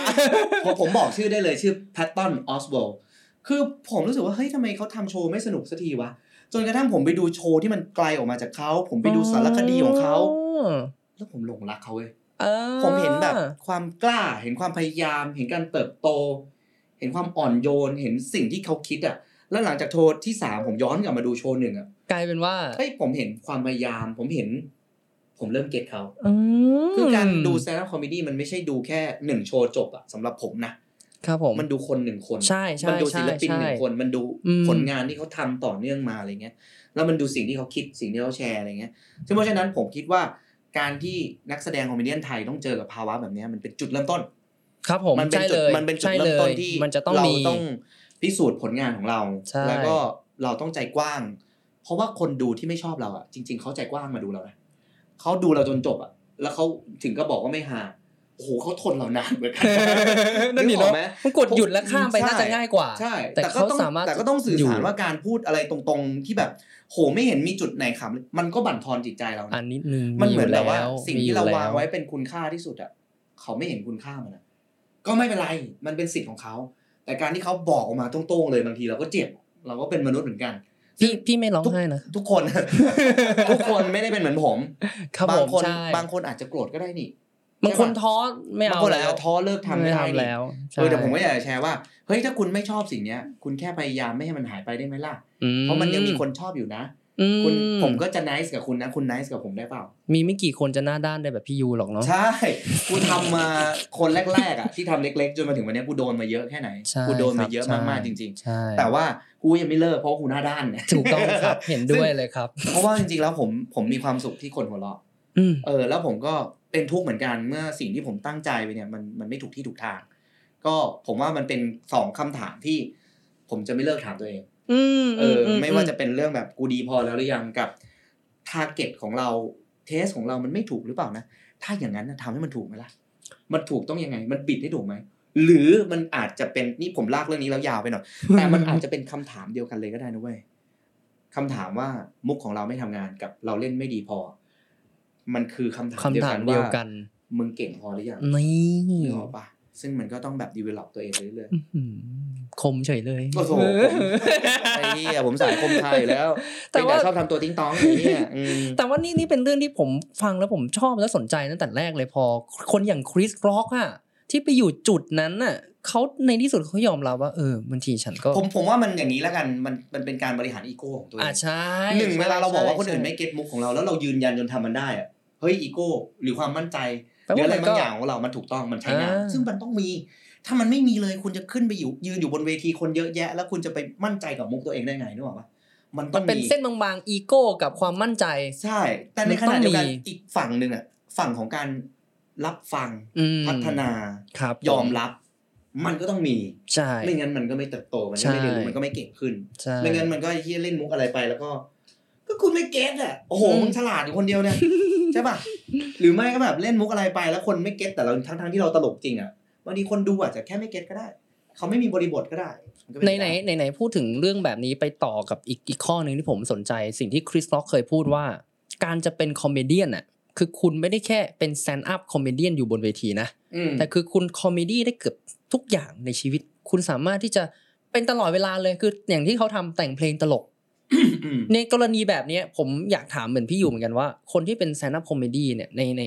C: ผมผมบอกชื่อได้เลยชื่อแพตตันออส l d คือผมรู้สึกว่า เฮ้ยทำไมเขาทำโชว์ไม่สนุกสักทีวะ จนกระทั่งผมไปดูโชว์ที่มันไกลออกมาจากเขา ผมไปดูสารคดีของเขา แล้วผมหลงรักเขาเว้ย
B: เออ
C: ผมเห็นแบบความกล้า เห็นความพยายาม เห็นการเติบโต เห็นความอ่อนโยน เห็นสิ่งที่เขาคิดอ่ะ แล้วหลังจากโชว์ที่สามผมย้อนกลับมาดูโชว์หนึ่งอ่ะ
B: กลายเป็นว่า
C: เฮ้ยผมเห็นความพยายาม ผมเห็น ผมเริ่มเก็ตเขา
B: ม
C: คือการดูสแตนด์อัพคอมดี้มันไม่ใช่ดูแค่หนึ่งโชว์จบอะสำหรับผมนะ
B: ครับผม
C: มันดูคนหนึ่งคน
B: ใช่ใช่
C: มัดูศิลปิน
B: ใช่
C: หนึ่งคน มันดู
B: อืม
C: ผลงานที่เขาทำต่อเนื่องมาอะไรเงี้ย แล้วมันดูสิ่งที่เขาคิดสิ่งที่เขาแชร์อะไรเงี้ย ซึ่งเพราะฉะนั้นผมคิดว่าการที่นักแสดงคอมเมเดี้ไทยต้องเจอกับภาวะแบบเนี้ยมันเป็นจุดเริ่มต้น
B: ครับผม
C: มันเป็น
B: ใช่
C: จุด
B: เลย
C: มันเป็นจุด
B: ใช่
C: เริ่มต้น
B: ลย
C: ที่
B: มันจะต้อง
C: เรา
B: มี
C: ต้องพิสูจน์ผลงานของเรา
B: ใช่
C: แล้วก็เราต้องใจกว้าง เพราะว่าคนดูที่ไม่ชอบเราอ่ะ จริง ๆ เขาใจกว้างมาดูเรานะเขาดูเราจนจบอ่ะ แล้วเขาถึงก็บอกว่าไม่หาโอ้โหเขาทนเรานานเหมือนกัน
B: นั่นนี่
C: นึกออ
B: เนาะ
C: กไหม
B: มันกดหยุดแล้วข้ามไป
C: ใช่
B: น่าจะง่ายกว่า
C: ใช่
B: แต่
C: แต่ก็
B: เขา
C: ต้อง
B: สามารถ
C: แต่ก็ต้องสื่อสาร
B: ยู่
C: ว่าการพูดอะไรตรงๆที่แบบโหไม่เห็นมีจุดไหนขำเลยมันก็บั่นทอนจิตใจเรานะ
B: อันนิดนึง
C: มันเหมือนแบบว่า
B: อยู่ล้
C: สิ่งที่เรา
B: มีอยู่
C: วางไว้
B: แล้
C: เป็นคุณค่าที่สุดอ่ะเขาไม่เห็นคุณค่ามันอะก็ไม่เป็นไรมันเป็นสิทธิ์ของเขา แต่การที่เขาบอกออกมาตรงๆเลยบางทีเราก็เจ็บเราก็เป็นมนุษย์เหมือนกัน
B: พี่พี่ไม่ร้องไห้นะ
C: ทุกคน ทุกคนไม่ได้เป็นเหมือนผม
B: ครับ
C: บา
B: ผม
C: งคน
B: ใช่
C: บางคนอาจจะโกรธก็ได้นี่
B: บางคนท้อไม่
C: บาง
B: เอา
C: คนอาจ
B: แล้ว
C: จะท้อเลิกทำ
B: ไม่
C: ไม่ได้
B: ทำ
C: นี่
B: แล้ว
C: เออแต่ผมก็อยากจะแชร์ว่าเฮ้ยถ้าคุณไม่ชอบสิ่งเนี้ย คุณแค่พยายามไม่ให้มันหายไปได้ไหมล่ะ
B: อื
C: เพราะมันยังมีคนชอบอยู่นะ
B: อื
C: คุณผมก็จะ n i ส e กับคุณนะ คุณ n i ส e กับผมได้เปล่า
B: มีไม่กี่คนจะหน้าด้านได้แบบพี่ยูหรอกเนาะ
C: ใช่ คุณทำมาคนแรกๆอ่ะที่ทำเล็กๆ จนมาถึงวันเนี้ยกูโดนมาเยอะแค่ไหน
B: ใช่
C: กูโดน
B: ค
C: มา
B: รับ
C: เยอะ
B: ใช่
C: มากๆจริง
B: ใช่
C: ๆ แต่ว่ากูยังไม่เลิกเพราะว่ากูหน้าด้านเนี่ย
B: ถูกต้องครับ เห็นด้วยเลยครับ
C: เพราะว่าจริงๆแล้วผมผมมีความสุขที่คนหัวเราะ
B: อืม
C: เออแล้วผมก็เป็นทุกข์เหมือนกันเมื่อสิ่งที่ผมตั้งใจไปเนี่ยมันมันไม่ถูกที่ถูกทาง ก็ผมว่ามันเป็นสองคำถามที่ ผมจะไม่เลิกถามตัวเอง
B: อืม
C: เอออ
B: ม
C: ไม่ว่าจะเป็นเรื่องแบบกูดีพอแล้วหรือยังกับทาร์เก็ตของเราเทสของเรามันไม่ถูกหรือเปล่านะ ถ้าอย่างนั้นนะทำให้มันถูกไหมล่ะ มันถูกต้องยังไง มันปิดให้ถูกไหม หรือมันอาจจะเป็นนี่ผมลากเรื่องนี้แล้วยาวไปหน่อย แต่มันอาจจะเป็นคำถามเดียวกันเลยก็ได้นะเว้ยคำถามว่ามุกของเราไม่ทำงานกับเราเล่นไม่ดีพอ มันคือคำถาม
B: คำถาม
C: เดี
B: เดี
C: ย
B: ยว ว
C: กั
B: กัน น
C: ว่ามึงเก่งพอหรือยัง
B: นี่
C: นึกออกปะซึ่งมันก็ต้องแบบดีเวล็อปตัวเองเรื่อยๆ
B: อื้อหือคมเฉยเลย
C: โอ้โหผมไอ้เหี้ยผมสายคมไทยอยู่แล้ว
B: แต่
C: แต่
B: ว่า
C: ว่าชอบทำตัวติ้งต้องไอ้เหี้ ยอืม
B: แต่ว่านี่นี่เป็นเรื่องที่ผมฟังแล้วผมชอบและสนใจตั้งแต่แรกเลยพอ คนอย่างคริสร็อกอะที่ไปอยู่จุดนั้นน่ะเขาในที่สุดเขายอมรับว่าเออบางทีฉันก็
C: ผมผมว่ามันอย่างนี้แล้วกันมันมันเป็นการบริหารอีโก้ของตัวเอ
B: อ่าง ใช่
C: หนึ่งเวลาเราบอกว่าคนอื่นไม่
B: ใช่
C: เก็ตมุกของเราแล้วเรายืนยันจนทำมันได้อะเฮ้ยอีโก้หรือความมั่นใจห
B: แปล
C: รือ
B: ว่า
C: อะไร
B: มันก็
C: บางอย่างของเรามันถูกต้องมันใช้งาน
B: อ่า
C: ซึ่งมันต้องมี ถ้ามันไม่มีเลยคุณจะขึ้นไปอยู่ยืนอยู่บนเวทีคนเยอะแยะ แล้วคุณจะไปมั่นใจกับมุกตัวเองได้ไงนึกออกปะมันต้
B: มั
C: อน ง
B: เป็น
C: มี
B: เส้นบางๆอีโก้กับความมั่นใจ
C: ใช่ แต่ในขณะเดียวกั
B: มันต้อ
C: น
B: งมี
C: อีกฝั่งหนึ่งอะฝั่งของการรับฟัง
B: อืม
C: พัฒนา
B: ครับ
C: ยอมรับมันก็ต้องมี
B: ใช่
C: ไม่งั้นมันก็ไม่เติบโตมันก็ไม่
B: ใช่
C: เรียนรู้มันก็ไม่เก่งขึ้น
B: ใช่
C: ไม่งั้นมันก็ไอ้ที่เล่นมุกอะไรไปแล้วก็ ก็คุณไม่เก็ตอ่ะโอ้โห
B: อืม
C: มึงฉลาดอยู่คนเดี ยวเนี่ยใช่ป่ะหรือไม่ก็แบบเล่นมุกอะไรไปแล้วคนไม่เก็ตแต่เราทั้งทั้งๆที่เราตลกจริงอ่ะบางทีคนดูอาจจะแค่ไม่เก็ตก็ได้ เขาไม่มีบริบทก็ได้มัก็เป็
B: ไหน
C: ปด้
B: ไหนไหนไหนพูดถึงเรื่องแบบนี้ไปต่อกับอีกอีกข้อหนึ่งที่ผมสนใจ สิ่งที่คริสล็อกเคยพูดว่า การจะเป็นคอมเมเดี้น่ะคือคุณไม่ได้แค่เป็นแซนด์อัพคอมเมเดี้อยู่บนเวทีนะ
C: อืม
B: แต่คือคุณคอมเมดี้ได้เกือบทุกอย่างในชีวิต คุณสามารถที่จะเป็นตลอดเวลาเลยคืออย่างที่เขาทำแต่งเพลงตลก
C: อืม
B: ในกรณีแบบเนี้ยผมอยากถามเหมือนพี่อยู่เหมือนกันว่า คนที่เป็นแซนด์อัพคอมเมดี้เนี่ยในใน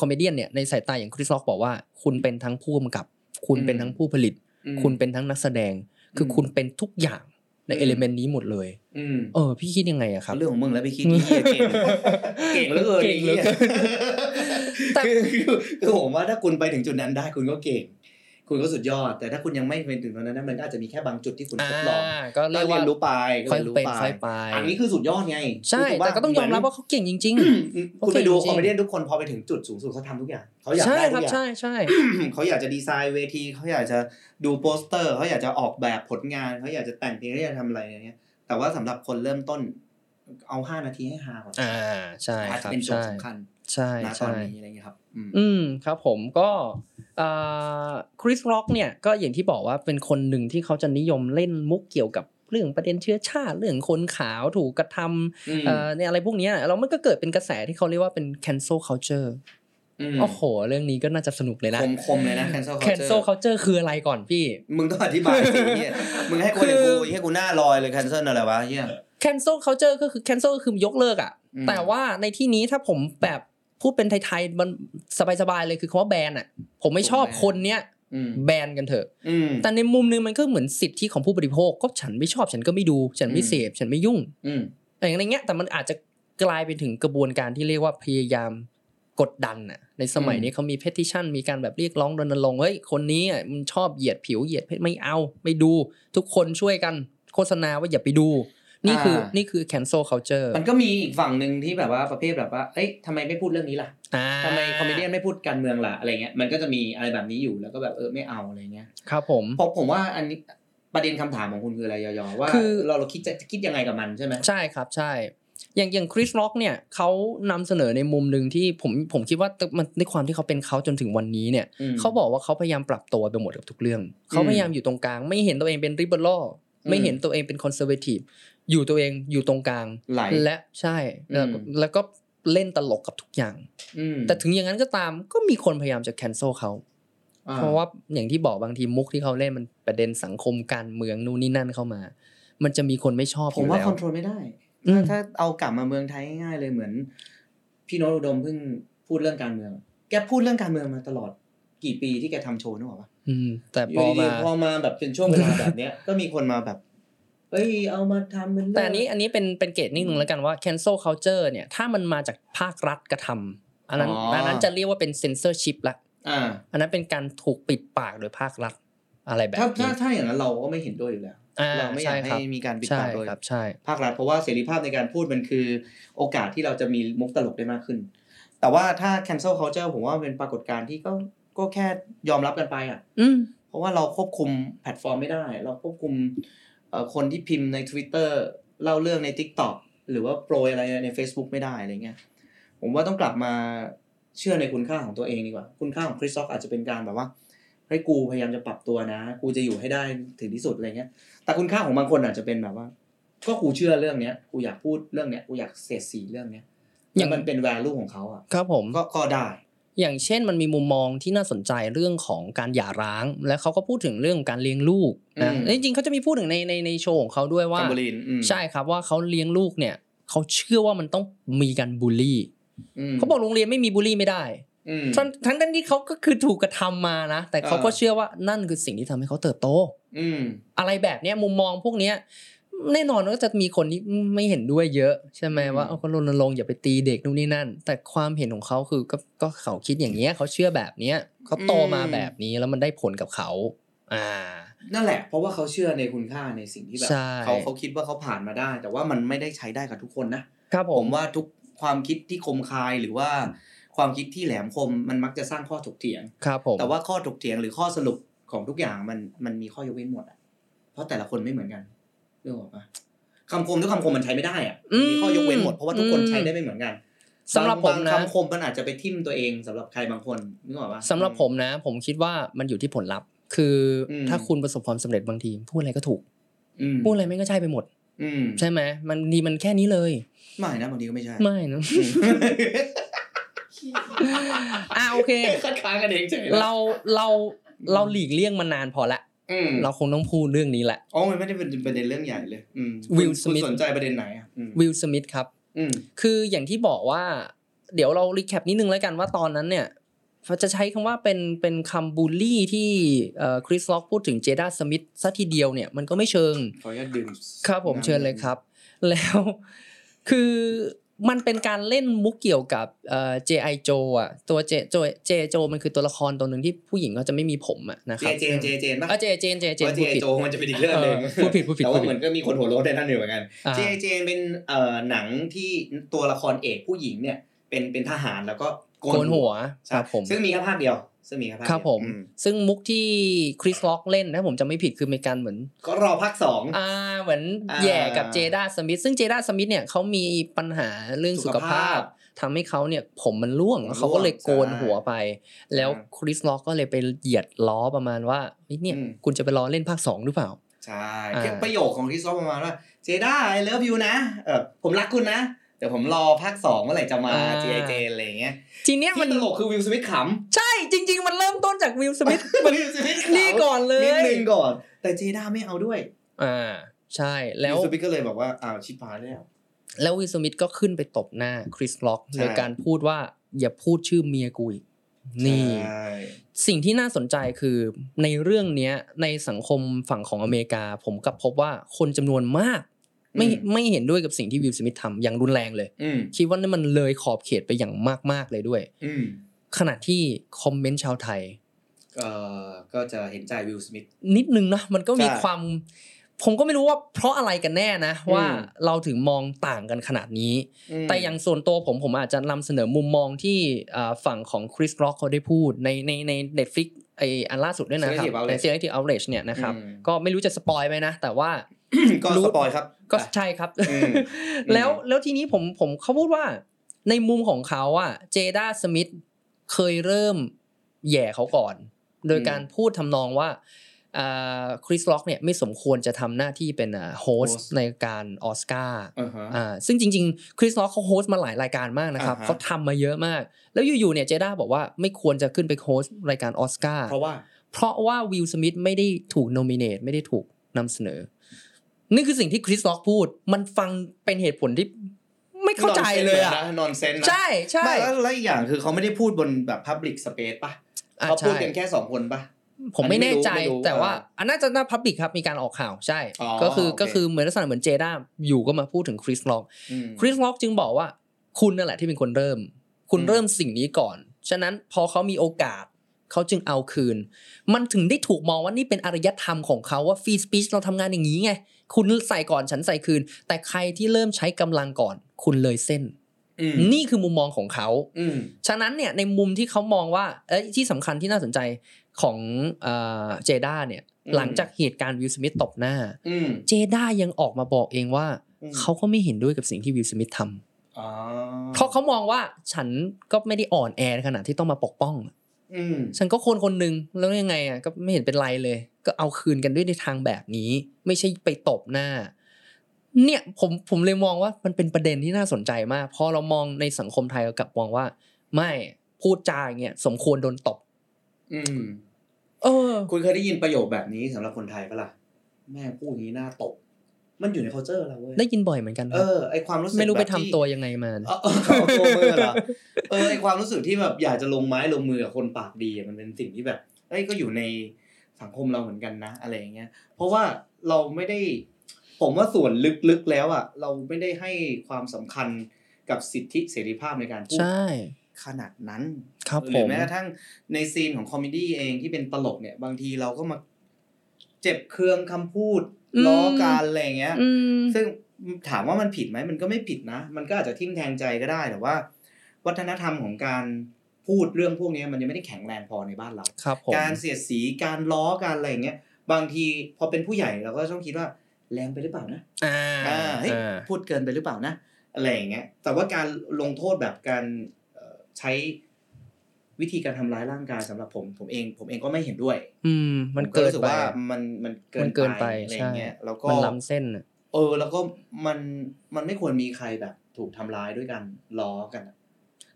B: คอมเมเดี้เนี่ยในสายตาอย่างคริสล็อกบอกว่า คุณเป็นทั้งผู้กำกับ คุณเป็นทั้งผู้ผลิต
C: อืม
B: คุณเป็นทั้งนักแสดง คืออ
C: ม
B: คุณเป็นทุกอย่างใน
C: อืม
B: เอลิเมนต์นี้หมดเลย
C: อืม
B: เออ พี่คิดยังไงอะครับ
C: เรื่องของมึงแล้วไปคิดนี่เหี้ยเก่ง เก่งเหลือเกิน
B: เก่งเหลือเกิน
C: แต่คือคือคือผมว่าถ้าคุณไปถึงจุดนั้นได้คุณก็เก่ง คุณก็สุดยอด แต่ถ้าคุณยังไม่ไปถึงตรงนั้นนะมันก็อาจจะมีแค่บางจุดที่คุณทดลอง
B: อ่าก็
C: ก็
B: เรียก
C: เรี
B: ว่าย
C: นรู้ไปก็
B: ค่อย
C: เรียนรู้
B: เป็น
C: ไป
B: ค่อยไป
C: อันนี้คือสุดยอดไง
B: ใช่
C: รู้สึ
B: แต่ก็ต้องยอมรับว่าเขาเก่งจริง
C: เ
B: เขา
C: หมือนคุณ
B: เก่
C: ไป
B: ง
C: ดู
B: จริง
C: คอมเมดี้ทุกคนพอไปถึงจุดสูงสุดเขาทำทุกอย่างเขาอ
B: ๆ
C: ยาก
B: ใช่
C: ได้
B: ค
C: ทุ
B: รับ
C: กอย่าง
B: ใช่ใช่
C: เขาอยากจะดีไซน์เวทีเขาอยากจะดูโปสเตอร์เขาอยากจะออกแบบผลงานเขาอยากจะแต่งเพลงเขาอยากจะทำอะไรอย่างเงี้ย แต่ว่าสำหรับคนเริ่มต้น เอาห้านาทีให้ฮาก่อน
B: อ่าใช่
C: อาจ
B: ค
C: จะ
B: รับ
C: เป็นโจ
B: ใช่
C: ทย์สำคัญ
B: ใช่
C: นะตอ
B: ใช่
C: นนี้อะไรเงี้ยครับอืม
B: อืมครับผมก็คริสร็อกเนี่ยก็อย่างที่บอกว่าเป็นคนหนึ่งที่เขาจะนิยมเล่นมุกเกี่ยวกับเรื่องประเด็นเชื้อชาติเรื่องคนขาวถูกกระทำเอ่อเนี่ยอะไรพวกเนี้ยแล้วมันก็เกิดเป็นกระแสที่เขาเรียกว่าเป็น cancel culture โอ้โห เรื่องนี้ก็น่าจะสนุกเลยนะ
C: คมคมเลยนะ cancel culture
B: cancel culture คืออะไรก่อนพี่
C: มึงต้องอธิบายสิเหีย มึงให้กูเนี่ยกูให้กูหน้าลอยเลย cancel อะไรวะเหีย
B: cancel culture ก็คือ cancel ก็คือยกเลิกอ่ะ
C: อืม
B: แต่ว่าในที่นี้ถ้าผมแบบพูดเป็นไทยๆมันสบายๆเลยคือคำว่าแบนอ่ะ ผมไม่ชอบคนเนี้ย
C: อืม
B: แบนกันเถอะ
C: อืม
B: แต่ในมุมนึงมันก็เหมือนสิทธิของผู้บริโภคก็ฉันไม่ชอบฉันก็ไม่ดู ฉันไม่เสพฉันไม่ยุ่ง
C: อืม
B: อะไรอย่างเงี้ยแต่มันอาจจะกลายไปถึงกระบวนการที่เรียกว่าพยายาม กดดันอ่ะในสมัย
C: อืม
B: นี้เขามีเพติชันมีการแบบเรียกร้องรณรงค์เฮ้ยคนนี้อ่ะมันชอบเหยียดผิวเหยียดเพศไม่เอาไม่ดู ทุกคนช่วยกันโฆษณาว่าอย่าไปดู นี่คือนี่คือ cancel culture
C: มันก็มีอีกฝั่งหนึ่งที่แบบว่าประเภทแบบว่า เอ้ยทำไมไม่พูดเรื่องนี้ล่ะ
B: อ่า
C: ทำไมคอมเมเดี้ไม่พูดการเมืองล่ะอะไรเงี้ย มันก็จะมีอะไรแบบนี้อยู่แล้วก็แบบเออไม่เอาอะไรเงี้ย
B: ครับผม
C: เพราะผมว่าอันนี้ประเด็นคำถามของคุณคืออะไรยอๆว่า
B: คือ
C: เราเราคิดจะจะคิดยังไงกับมันใช่ไหม
B: ใช่ครับใช่ อย่างอย่างคริสล็อกเนี่ยเขานำเสนอในมุมหนึ่งที่ผมผมคิดว่ามันในความที่เขาเป็นเขาจนถึงวันนี้เนี่ย
C: อืม
B: เขาบอกว่าเขาพยายามปรับตัวไปหมดกับทุกเรื่อง เขาพยายามอยู่ตรงกลาง ไม่เห็นตัวเองเป็นริเบอรัลไม่เห็นตัวเองเป็นคอนเซอร์เวทีฟอยู่ตัวเองอยู่ตรงกลาง
C: ไหล
B: และใช่แล้วก็
C: อืม
B: แล้วก็เล่นตลกกับทุกอย่าง
C: อืม
B: แต่ถึงอย่างนั้นก็ตามก็มีคนพยายามจะแคนเซิลเขา
C: อ่
B: เพราะว่าอย่างที่บอกบางทีมุกที่เขาเล่นมันประเด็นสังคมการเมืองนู่นนี่นั่นเข้ามา มันจะมีคนไม่ชอบอ
C: ผม
B: ยู่
C: ว่า
B: แล้
C: คว อนโทรลไม่ได้
B: อืม
C: ถ้าเอากลับมาเมืองไทยง่ายๆเลยเหมือน พี่โนตอุดมเพิ่งพูดเรื่องการเมือง แกพูดเรื่องการเมืองมาตลอดกี่ปีที่แกทำโชว์นึกออกปะ
B: อืมแต่
C: อ
B: พอยู่
C: ดี
B: มา
C: ๆพอมาแบบเป็นช่วงเวลาแบบเนี้ย ก็มีคนมาแบบ เอ้ยเอามาทำเป็นเรื่อง
B: แต่อันนี้อันนี้เป็นเป็นเกตนิดนึงแล้วกันว่า cancel culture เนี่ยถ้ามันมาจากภาครัฐกระทำอันนั้นอันนั้นจะเรียกว่าเป็น censorship ละ
C: อ่า
B: อันนั้นเป็นการถูกปิดปากโดยภาครัฐอะไรแบบ
C: ถ้า
B: นี้
C: ถ้าถ้าอย่างนั้นเราก็ไม่เห็นด้วยอยู่แล้ว
B: อ่า
C: เราไม่อยา
B: ใช่
C: ก
B: ครั
C: ให้
B: บ
C: มีการปิด
B: ใช่
C: ปากโดย
B: ครับใช่
C: ภาครัฐเพราะว่าเสรีภาพในการพูดมันคือ โอกาสที่เราจะมีมุกตลกได้มากขึ้น แต่ว่าถ้า cancel culture ผมว่ามันเป็นปรากฏการณ์ที่ก็ก็แค่ยอมรับกันไปอ่ะ
B: อืม
C: เพราะว่าเราควบคุมแพลตฟอร์มไม่ได้ เราควบคุมเอ่อคนที่พิมพ์ใน Twitter เล่าเรื่องใน TikTok หรือว่าโปรยอะไรใน Facebook ไม่ได้อะไรเงี้ยผมว่าต้องกลับมาเชื่อในคุณค่าของตัวเองดีกว่า คุณค่าของคริสซอกอาจจะเป็นการแบบว่าเฮ้ยกูพยายามจะปรับตัวนะ กูจะอยู่ให้ได้ถึงที่สุดอะไรเงี้ย แต่คุณค่าของบางคนอาจจะเป็นแบบว่า ก็กูเชื่อเรื่องเนี้ยกูอยากพูดเรื่องเนี้ยกูอยากเสียดสีเรื่องเนี้ยอย่างมันเป็นแวลูของเขาอ่ะ
B: ครับผม
C: ก็ก็ได้
B: อย่างเช่นมันมีมุมมองที่น่าสนใจเรื่องของการหย่าร้าง และเขาก็พูดถึงเรื่องของการเลี้ยงลูกนะ
C: อืม
B: เอ้ยจริงๆเขาจะมีพูดถึงในในในโชว์ของเขาด้วยว่า
C: กัมบูรินอืม
B: ใช่ครับว่าเขาเลี้ยงลูกเนี่ยเขาเชื่อว่ามันต้องมีการบูลลี่
C: ม
B: เขาบอกโรงเรียนไม่มีบูลลี่ไม่ได้
C: อืม
B: ทั้งทั้งทั้งที่เขาก็คือถูกกระทำมานะ แต่เขา
C: เออ
B: ก็เชื่อว่านั่นคือสิ่งที่ทำให้เขาเติบโต
C: อืม
B: อะไรแบบเนี้ยมุมมองพวกเนี้ยแน่นอนว่าจะมีคนที่ไม่เห็นด้วยเยอะ ใช่ไหม
C: อืม
B: ว่าเอาก็รณรงค์อย่าไปตีเด็กนู่นนี่นั่น แต่ความเห็นของเขาคือก็ก็เขาคิดอย่างเงี้ยเขาเชื่อแบบเนี้ยเขาโตมาแบบนี้แล้วมันได้ผลกับเขา อ่า
C: นั่นแหละ เพราะว่าเขาเชื่อในคุณค่าในสิ่งที่แบบ
B: ใช่
C: เขาเขาคิดว่าเขาผ่านมาได้ แต่ว่ามันไม่ได้ใช้ได้กับทุกคนนะครับ
B: ผ
C: ผม มว่าทุกความคิดที่คมคายหรือว่าความคิดที่แหลมคมมันมักจะสร้างข้อถกเถียง
B: ครับผม
C: แต่ว่าข้อถกเถียงหรือข้อสรุปของทุกอย่างมันมันมีข้อยกเว้นหมดอะเพราะแต่ละคนไม่เหมือนกันนึกออกปะคำคมทุกคำคมมันใช้ไม่ได้อะมีข้อยกเว้นหมดเพราะว่าทุกคนใช้ได้ไม่เหมือนกัน
B: สำหรับผม
C: าง
B: นะ
C: คำคมมันอาจจะไปทิ่มตัวเองสำหรับใครบางคนนึกออกปะ
B: สำหรับผมนะ ผมคิดว่ามันอยู่ที่ผลลัพธ์ คืออ
C: ม
B: ถ้าคุณประสบความสำเร็จบางทีพูดอะไรก็ถูก
C: อืม
B: พูดอะไรไม่งก็ใช่ไปหมด
C: อืม
B: ใช่ไหมมันดีมันแค่นี้เลย
C: ไม่นะบางทีก็ไม่ใช่
B: ไม่นะ อ่าโอเค
C: คัดค้านกันเองเฉยๆ
B: เราเราเราหลีกเลี่ยงมานานพอละ
C: อืม
B: เราคงต้องพูดเรื่องนี้แหละ
C: อ๋อมันไม่ได้เป็นประเด็นเรื่องใหญ่เลย อืม
B: วิล
C: คุณ
B: สมิธ
C: คุณสนใจประเด็นไหนอ่ะอืม
B: วิลสมิธครับ
C: อืม
B: คืออย่างที่บอกว่า เดี๋ยวเรารีแคปนิดนึงแล้วกันว่าตอนนั้นเนี่ยจะใช้คำว่าเป็นเป็นคำบูลลี่ที่เอ่อคริสล็อกพูดถึงเจด้าสมิธซะทีเดียวเนี่ยมันก็ไม่เชิง
C: ขออนุญาตดื่ม
B: ครับผมเชิญเลยครับ แล้วคือมันเป็นการเล่นมุกเกี่ยวกับเอ่อ J.I. Joe อ่ะตัวเจโจเจโจมันคือตัวละครตัวหนึ่งที่ผู้หญิงก็จะไม่มีผมอ่ะนะค
C: เจ
B: รับ
C: เจนเจเจนปะ
B: เออเจเจนเจเจน
C: ว่าเจ
B: พูดผิ
C: ไอ
B: ด
C: โจมันจะเป็นอีกเรื่องหนึ่ง
B: เออพูดผิดพูดผิด
C: แต่
B: พูดผิ
C: ว่า
B: ด
C: เหมือนก็มีคนหัวเราะในนั้นอยู่เหมือนกัน
B: อ่า
C: เจไอเจนเป็นเอ่อหนังที่ตัวละครเอกผู้หญิงเนี่ย เป็นเป็นทหารแล้วก็
B: โกนหัวค
C: ใช่
B: รับผม
C: ซึ่งมีแค่ภาคเดียว ซึ่งมีแค่ภาคเดี
B: ค
C: ยว
B: รับผม
C: อื
B: ซึ่งมุกที่คริสล็อกเล่นถ้าผมจำไม่ผิดคือมีการเหมือน
C: ก็รอภาคสอง
B: อ่าเหมือน
C: อ่า
B: แย่กับเจด้าสมิธซึ่งเจด้าสมิธเนี่ยเขามีปัญหาเรื่องสุขภาพทำให้เขาเนี่ยผมมันร่วง
C: ผมร่วง
B: เขาก็เลยโกนหัวไป แล้ว
C: อ่า
B: คริสล็อกก็เลยไปเหยียดล้อประมาณว่าเฮ้ยเนี่ย
C: อืม
B: คุณจะไปล้อเล่นภาคสองหรือเปล่า
C: ใช่
B: อ่า
C: คือประโยคของคริสซอฟประมาณว่าเจด้าไอเลิฟยูนะเออผมรักคุณนะเดี๋ยวผมรอภาคสองเมื่อไหร่จะมาเจเจอะไรอย่างเงี้ย
B: ทีเนี้ยมั
C: ที่
B: น
C: ตลกคือวิลสมิธข
B: ใช่จริง ๆ มันเริ่มต้นจากวิลสมิธ
C: ำ วิลสมิธขำ
B: นี่ก่อนเลย
C: นิดนึงก่อน แต่เจด้าไม่เอาด้วย
B: อ่าใช่แล้ว
C: วิลสมิธก็เลยบอกว่าอ้าวชิบหายแล้ว
B: แล้ววิลสมิธก็ขึ้นไปตบหน้าคริสล็อก
C: ใช่
B: โดยการพูดว่าอย่าพูดชื่อเมียกูอีกนี่
C: ใช่
B: สิ่งที่น่าสนใจคือในเรื่องเนี้ยในสังคมฝั่งของอเมริกา ผมกลับพบว่าคนจำนวนมาก ไม่
C: อืม
B: ไม่เห็นด้วยกับสิ่งที่วิลสมิธทำอย่างรุนแรงเลย
C: อืม
B: คิดว่านี่นมันเลยขอบเขตไปอย่างมากๆเลยด้วย
C: อืม
B: ขณะที่คอมเมนต์ชาวไทย
C: เอ่อก็จะเห็นใจวิลสมิธ
B: นิดนึงนะมันก็มี
C: ใช่
B: ความ ผมก็ไม่รู้ว่าเพราะอะไรกันแน่นะ
C: อืม
B: ว่าเราถึงมองต่างกันขนาดนี้
C: ม
B: แต่อย่างส่วนตัวผมผมอาจจะนำเสนอมุมมองที่อ่าฝั่งของคริส r ็อกเขาได้พูดในในในเน็ตฟลิกไออันล่าสุดด้วยนะครับใน s
C: Selective Outrage
B: e l e c t i v e outrage เนี่ยนะครับ
C: อืม
B: ก็ไม่รู้จะสปอยไหมนะ แต่ว่า
C: ก็
B: รู้
C: สปอยครับ
B: ก็
C: อ่ะ
B: ใช่ครับ
C: อืม
B: แล้วแล้วทีนี้ผมผมเขาพูดว่า ในมุมของเขาอะเจด้าสมิธเคยเริ่มแหย่เขาก่อน โดยการพูดทำนองว่าคริสล็อกเนี่ยไม่สมควรจะทำหน้าที่เป็นโฮส
C: Host
B: ในการออสการ์
C: อ่าฮะ
B: อ่าซึ่งจริงๆ คริสล็อกเขาโฮสต์มาหลายรายการมากนะครับ
C: อ่าฮะ
B: เขาทำมาเยอะมาก แล้วอยู่ๆเนี่ยเจด้าบอกว่าไม่ควรจะขึ้นไปโฮสต์รายการออสการ์
C: เพราะว่า
B: เพราะว่าวิลสมิธไม่ได้ถูกโนมิเนตไม่ได้ถูกนำเสนอ นี่คือสิ่งที่คริสล็อกพูด มันฟังเป็นเหตุผลที่ไม่เข้าใจเลยอ่ะ
C: นอนเซนนะ
B: ใช่ใช่
C: ไม่แล้วแล้วอีกอย่างคือเขาไม่ได้พูดบนแบบพับลิกสเปซป่ะ
B: อ่ะ
C: เขาพูด
B: ใช่
C: กันแค่สองคนป่ะ
B: ผมไม่แน่ใจ
C: อันนี้ไม่รู้
B: แต่ว่า
C: อ่า
B: อันน่าจะน่าพับบิกครับมีการออกข่าวใช่
C: อ๋อ
B: ก็คือ
C: โอเค
B: ก็คือเหมือนลักษณะเหมือนเจด้าอยู่ก็มาพูดถึงคริสล็อก
C: อืม
B: คริสล็อกจึงบอกว่าคุณนั่นแหละที่เป็นคนเริ่ม คุณ
C: อืม
B: เริ่มสิ่งนี้ก่อน ฉะนั้นพอเขามีโอกาส เขาจึงเอาคืน มันถึงได้ถูกมองว่านี่เป็นอารยธรรมของเขาว่าฟรีสปีชเราทำงานอย่างนี้ไง คุณใส่ก่อนฉันใส่คืน แต่ใครที่เริ่มใช้กำลังก่อน คุณเลยเส้น
C: อืม
B: นี่คือมุมมองของเขา
C: อืม
B: ฉะนั้นเนี่ยในมุมที่เขามองว่าเอ้ยที่สำคัญที่น่าสนใจของเอ่อเจด้าเนี่ย
C: อืม
B: หลังจากเหตุการณ์วิลสมิธตบหน้า
C: อืม
B: เจด้ายังออกมาบอกเองว่า
C: อืม
B: เขาก็ไม่เห็นด้วยกับสิ่งที่วิลสมิธทำ
C: อ๋อ
B: เพราะเขามองว่าฉันก็ไม่ได้อ่อนแอขนาดที่ต้องมาปกป้อง
C: อืม
B: ฉันก็คนคนหนึ่งแล้วยังไงอ่ะก็ไม่เห็นเป็นไรเลย ก็เอาคืนกันด้วยในทางแบบนี้ ไม่ใช่ไปตบหน้า เนี่ยผมผมเลยมองว่ามันเป็นประเด็นที่น่าสนใจมาก พอเรามองในสังคมไทยเรากลับมองว่า ไม่พูดจาอย่างเงี้ยสมควรโดนตบ
C: อืม
B: เออ
C: คุณเคยได้ยินประโยคแบบนี้สำหรับคนไทยปะล่ะ แม่งพูดอย่างนี้น่าตบ มันอยู่ใน culture เราเว้ย
B: ได้ยินบ่อยเหมือนกันค
C: เอ
B: รับ
C: อไอความรู้สึก
B: ไม่รู้ไป
C: แบบ
B: ทำ
C: ที่
B: ตัวยังไงมา
C: เออเออเอาตัวมือ เหรอเออไอความรู้สึกที่แบบอยากจะลงไม้ลงมือกับคนปากดีอะมันเป็นสิ่งที่แบบเอ้ยก็อยู่ในสังคมเราเหมือนกันนะ อะไรอย่างเงี้ย เพราะว่าเราไม่ได้ ผมว่าส่วนลึกๆแล้วอ่ะ เราไม่ได้ให้ความสำคัญกับสิทธิเสรีภาพในการพูด
B: ใช่
C: ขนาดนั้น
B: ครับ
C: ห
B: ผ
C: รือ
B: ม
C: แม้กระทั่งในซีนของคอมเมดี้เองที่เป็นตลกเนี่ย บางทีเราก็มาเจ็บเคืองคำพูด
B: อืม
C: ล้อการอะไรอย่างเงี้ย
B: อืม
C: ซึ่งถามว่ามันผิดไหมมันก็ไม่ผิดนะ มันก็อาจจะทิ่มแทงใจก็ได้แต่ว่า วัฒนธรรมของการพูดเรื่องพวกเนี้ยมันยังไม่ได้แข็งแรงพอในบ้านเรา
B: ครับผม
C: การเสียดสีการล้อการอะไรอย่างเงี้ยบางทีพอเป็นผู้ใหญ่เราก็ต้องคิดว่าแรงไปหรือเปล่านะ
B: อ่า
C: อ่าเฮ้ย
B: อ่า
C: พูดเกินไปหรือเปล่านะ อะไรอย่างเงี้ย แต่ว่าการลงโทษแบบการเอ่อใช้วิธีการทำร้ายร่างกายสำหรับผม ผมเอง ผมเองก็ไม่เห็นด้วย
B: อืม มัน
C: ผ
B: เกิน
C: รู้สึ
B: ไป
C: ว่ามันมันเกิ
B: มันนเกินไป
C: อะไรอ
B: ใช่
C: ย่างเงี้ยแล้วก็
B: มันล้ำเส้นน่ะ
C: เออ แล้วก็มันมันไม่ควรมีใครแบบถูกทำร้ายด้วยกันล้อกันอะ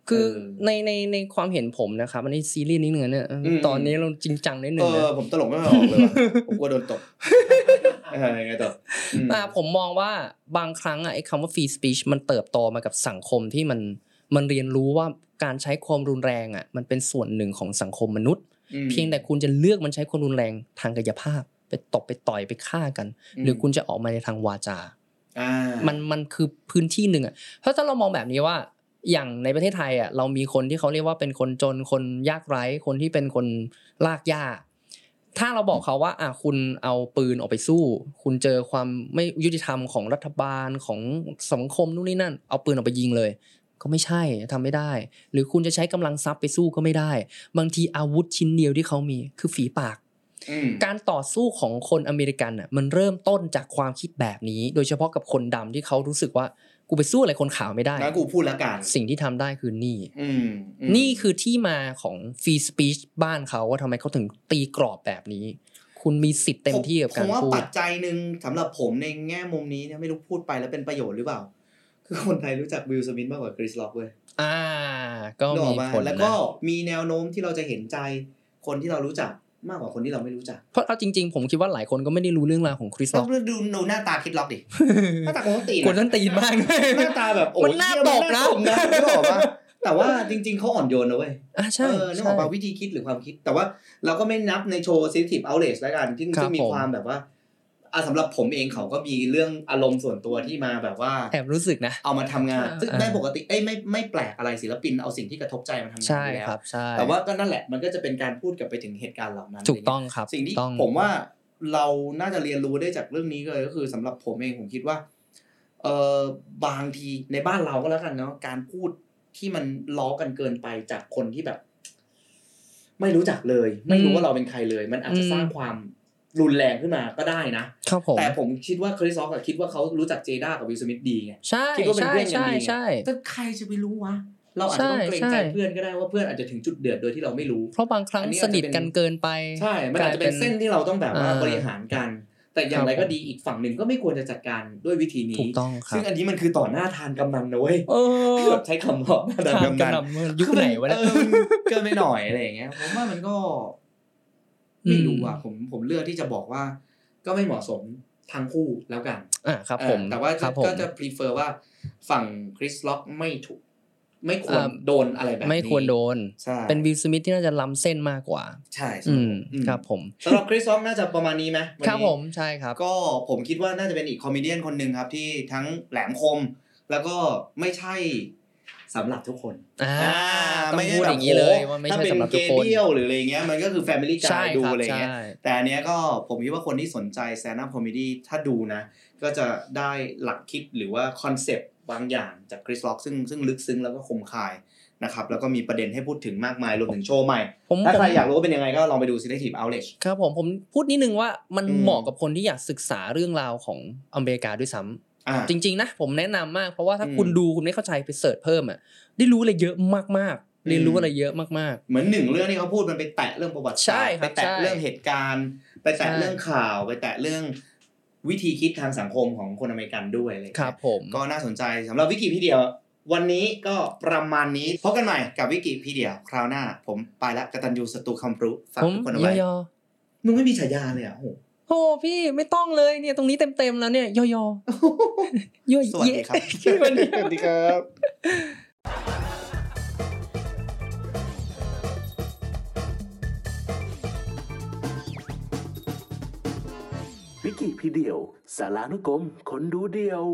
B: คือ
C: เออ
B: ในในในความเห็นผมนะครับอันนี้ซีรีส์นิดนึงนะเนี่ย
C: อืม
B: ตอนนี้เราจริงจังนิดนึ
C: เอง
B: นะ
C: อผมตลกไม่ออกเลย ว่ะผมกลัวโดนตบอะไรเงี้ยตบอืม
B: อ่าผมมองว่าบางครั้งอะไอ้คำว่า free speech มันเติบโตมากับสังคมที่มันมันเรียนรู้ว่าการใช้ความรุนแรงอ่ะมันเป็นส่วนหนึ่งของสังคมมนุษย์ เพียงแต่คุณจะเลือกมันใช้ความรุนแรงทางกายภาพ ไปตบไปต่อยไปฆ่ากัน
C: อืม
B: หรือคุณจะออกมาในทางวาจา
C: อ่า
B: มันมันคือพื้นที่หนึ่งอ่ะ เพราะถ้าเรามองแบบนี้ว่าอย่างในประเทศไทยอ่ะเรามีคนที่เขาเรียกว่าเป็นคนจนคนยากไร้คนที่เป็นคนลากหญ้า ถ้าเราบอกเขาว่าอ่ะคุณเอาปืนออกไปสู้ คุณเจอความไม่ยุติธรรมของรัฐบาลของสังคมนู่นนี่นั่น เอาปืนออกไปยิงเลย ก็ไม่ใช่ทำไม่ได้ หรือคุณจะใช้กำลังทรัพย์ไปสู้ก็ไม่ได้ บางทีอาวุธชิ้นเดียวที่เขามีคือฝีปาก
C: อืม
B: การต่อสู้ของคนอเมริกันน่ะมันเริ่มต้นจากความคิดแบบนี้ โดยเฉพาะกับคนดำที่เขารู้สึกว่ากูไปสู้อะไรคนขาวไม่ได้
C: งั้นกูพูดละกัน
B: สิ่งที่ทำได้คือนี่
C: อืมอืม
B: นี่คือที่มาของ free speech บ้านเขาว่าทำไมเขาถึงตีกรอบแบบนี้ คุณมีสิทธิ์เต็มที่กับการ
C: ผมว่า
B: พู
C: ปั
B: ด
C: จจัยหนึ่งสำหรับผมในแง่มุมนี้เนี่ยไม่รู้พูดไปแล้วเป็นประโยชน์หรือเปล่า คือคนไทยรู้จักวิลสมิธมากกว่าคริสล็อกเว้ย
B: อ่า ก็
C: นึกอ
B: มี
C: อกมา
B: ผล
C: แล้วก็
B: นะ
C: มีแนวโน้มที่เราจะเห็นใจคนที่เรารู้จักมากกว่าคนที่เราไม่รู้จัก
B: เพราะเอาจริง ๆ ผมคิดว่าหลายคนก็ไม่ได้รู้เรื่องราวของคริสหร
C: ต้อ
B: อก
C: งดูดูหน้าตาคริสล็อกดิ หน้าตาคนต้องตีน
B: คน
C: อะ
B: นั้นตีน มาก
C: หน้าตาแบบโอ้ย
B: มันน่า
C: เหี้ย
B: ตบนะ
C: มัน่าตบนะนึกออกปะแต่ว่าจริง ๆเขาอ่อนโยนนะเว้ย
B: อ่ะ
C: เอ
B: ใช่
C: อนึก
B: ใช่
C: ออกปะวิธีคิดหรือความคิด แต่ว่าเราก็ไม่นับในโชว์ sensitive outrage แล้วกันที่
B: ครั
C: ซึ่
B: บ
C: งมี
B: ผม
C: ความแบบว่า อ่ะสำหรับผมเองเขาก็มีเรื่องอารมณ์ส่วนตัวที่มาแบบว่า
B: แอบรู้สึกนะ
C: เอามาทำงาน
B: อ่า
C: ซึ่งไม่ปกติเอ้ยไม่ไม่แปลกอะไรศิลปินเอาสิ่งที่กระทบใจมาทำงาน
B: ใช่
C: อยู่แล้ว
B: ครับใช่
C: แต่ว่าก็นั่นแหละมันก็จะเป็นการพูดกลับไปถึงเหตุการณ์เหล่านั้น
B: ถูกต้องครับ
C: สิ่งที่
B: ต้อง
C: ผมว่าเราน่าจะเรียนรู้ได้จากเรื่องนี้เลยก็คือสำหรับผมเองผมคิดว่าเออบางทีในบ้านเราก็แล้วกันเนาะการพูดที่มันล้อกันเกินไปจากคนที่แบบ ไม่รู้จักเลย ไม่รู้ว่าเราเป็นใครเลย มันอาจจะสร้างความรุนแรงขึ้นมาก็ได้นะ
B: ครับผม
C: แต่ผมคิดว่าคริสซอฟอะคิดว่าเขารู้จักเจด้ากับวิลสมิธดีไง
B: ใช่
C: คิดว่าเป็น
B: ใช่
C: เรื่องกัน
B: ใช่
C: ดีไง
B: ใช่
C: แต่ใครจะไปรู้วะ เราอาจจะต้องเกรงใจ
B: ใช่
C: เพื่อนก็ได้ว่าเพื่อนอาจจะถึงจุดเดือดโดยที่เราไม่รู้
B: เพราะบางครั้ง
C: อันนี้
B: ส
C: อาจจะเป็
B: นิ
C: น
B: ทกันเกินไป
C: ใช่ มันอาจจะเป็นเส้นที่เราต้องแบบว่า
B: เออบ
C: ริหารกัน แต่อย่างไร
B: ครับ
C: ก็ดีอีกฝั่งหนึ่งก็ไม่ควรจะจัดการด้วยวิธีนี้
B: ถูกต้องครั
C: ซึ่
B: บ
C: งอันนี้มันคือต่อหน้าทานกำนันนะเว้ย
B: เออ
C: แบบใช้คำว่าหน้าทาน
B: ทาง
C: กำ
B: กระ
C: นัน
B: หนำเมืองยุคไหนวะเนี่ย
C: เออมันเกินไปหน่อยอะไรอย่างเงี้ย ผมว่ามันก็ ไม่รู้อ่ะผมผมเลือกที่จะบอกว่า ก็ไม่เหมาะสมทั้งคู่แล้วกัน
B: อ่าครับผม
C: เออแต่ว่า
B: ค
C: ก็
B: รับผม
C: ก็จะ prefer ว่าฝั่งคริสล็อกไม่ถูก ไม่ควร
B: อ่า
C: โดนอะไรแบบนี้
B: ไม่ควรโดน
C: ใช่
B: เป็นวิลสมิธที่น่าจะล้ำเส้นมากกว่า
C: ใช่ใช่
B: อืม
C: อืม
B: ครับผม
C: สำหรับคริสล็อกน่าจะประมาณนี้ไหมวันนี้
B: ครับผมใช่ครับ
C: ก็ผมคิดว่าน่าจะเป็นอีกคอมเมเดี้คนหนึ่งครับ ที่ทั้งแหลมคม แล้วก็ไม่ใช่สำหรับทุกคน
B: อ่า
C: อ่า
B: ต้อง
C: ไม่ใช่
B: พูดอบ
C: แบ
B: ย่างนี้เลยว่าไม่
C: ถ้า
B: ใช่
C: เป็น
B: สำหรับ
C: เก
B: ทุกคน
C: เบียลหรืออะไรเงี้ยมันก็คือ Family
B: ใช่
C: Guy ดู
B: ครับ
C: อะไร
B: ใช่
C: เงี้ย แต่อันเนี้ยก็ผมคิดว่าคนที่สนใจแซนด์อัพคอมเมดี้ถ้าดูนะ ก็จะได้หลักคิดหรือว่าคอนเซปต์บางอย่างจากคริสล็อกซึ่งซึ่งลึกซึ้งแล้วก็คมคายนะครับ แล้วก็มีประเด็นให้พูดถึงมากมายรวมถึงโชว์ใหม่
B: ผม
C: ถ้า
B: ผม
C: ใครอยากรู้ว่าเป็นยังไงก็ลองไปดู Selective Outlet
B: ครับผมผมพูดนิดนึงว่ามัน
C: อืม
B: เหมาะกับคนที่อยากศึกษาเรื่องราวของอเมริกาด้วยซ้ำ
C: อ่า
B: จริง ๆ นะ ผมแนะนำมาก เพราะว่าถ้า
C: อืม
B: คุณดูคุณไม่เข้าใจไปเสิร์ชเพิ่มอ่ะได้รู้อะไรเยอะมากๆ
C: อืม
B: เรียนรู้อะไรเยอะมาก
C: เหมือนหนึ่งเรื่องที่เขาพูดมันไปแตะเรื่องประวัติศาสต
B: ใช่
C: ร์
B: ครั
C: ไป
B: บ
C: แตะ
B: ใช่
C: เรื่องเหตุการณ์ ไปแตะ
B: ใช่
C: เรื่องข่าวไปแตะเรื่องวิธีคิดทางสังคมของคนอเมริกันด้วยอะไรอย่าง
B: ๆค
C: เงี้ย
B: รับผม
C: ก็น่าสนใจสำหรับวิกิพีเดียวันนี้ก็ประมาณนี้พบกันใหม่กับวิกิพีเดียคราวหน้า ผมไปละกตันยูสตูคำรู้ฝาก
B: ผม
C: ทุกคนเอาไว้
B: ย่อ
C: มึงไม่มีฉายาเลยเหรอ่ะโห
B: ๆโอ้พี่ไม่ต้องเลยเนี่ยตรงนี้เต็มๆแล้วเนี่ยย่อๆย่อ
C: สวัส
B: เย
C: ดีครับ
B: ส วัสดี
C: สวัสดีครับ
A: วิกิพีเดียว สารานุกรมคนดูเดียว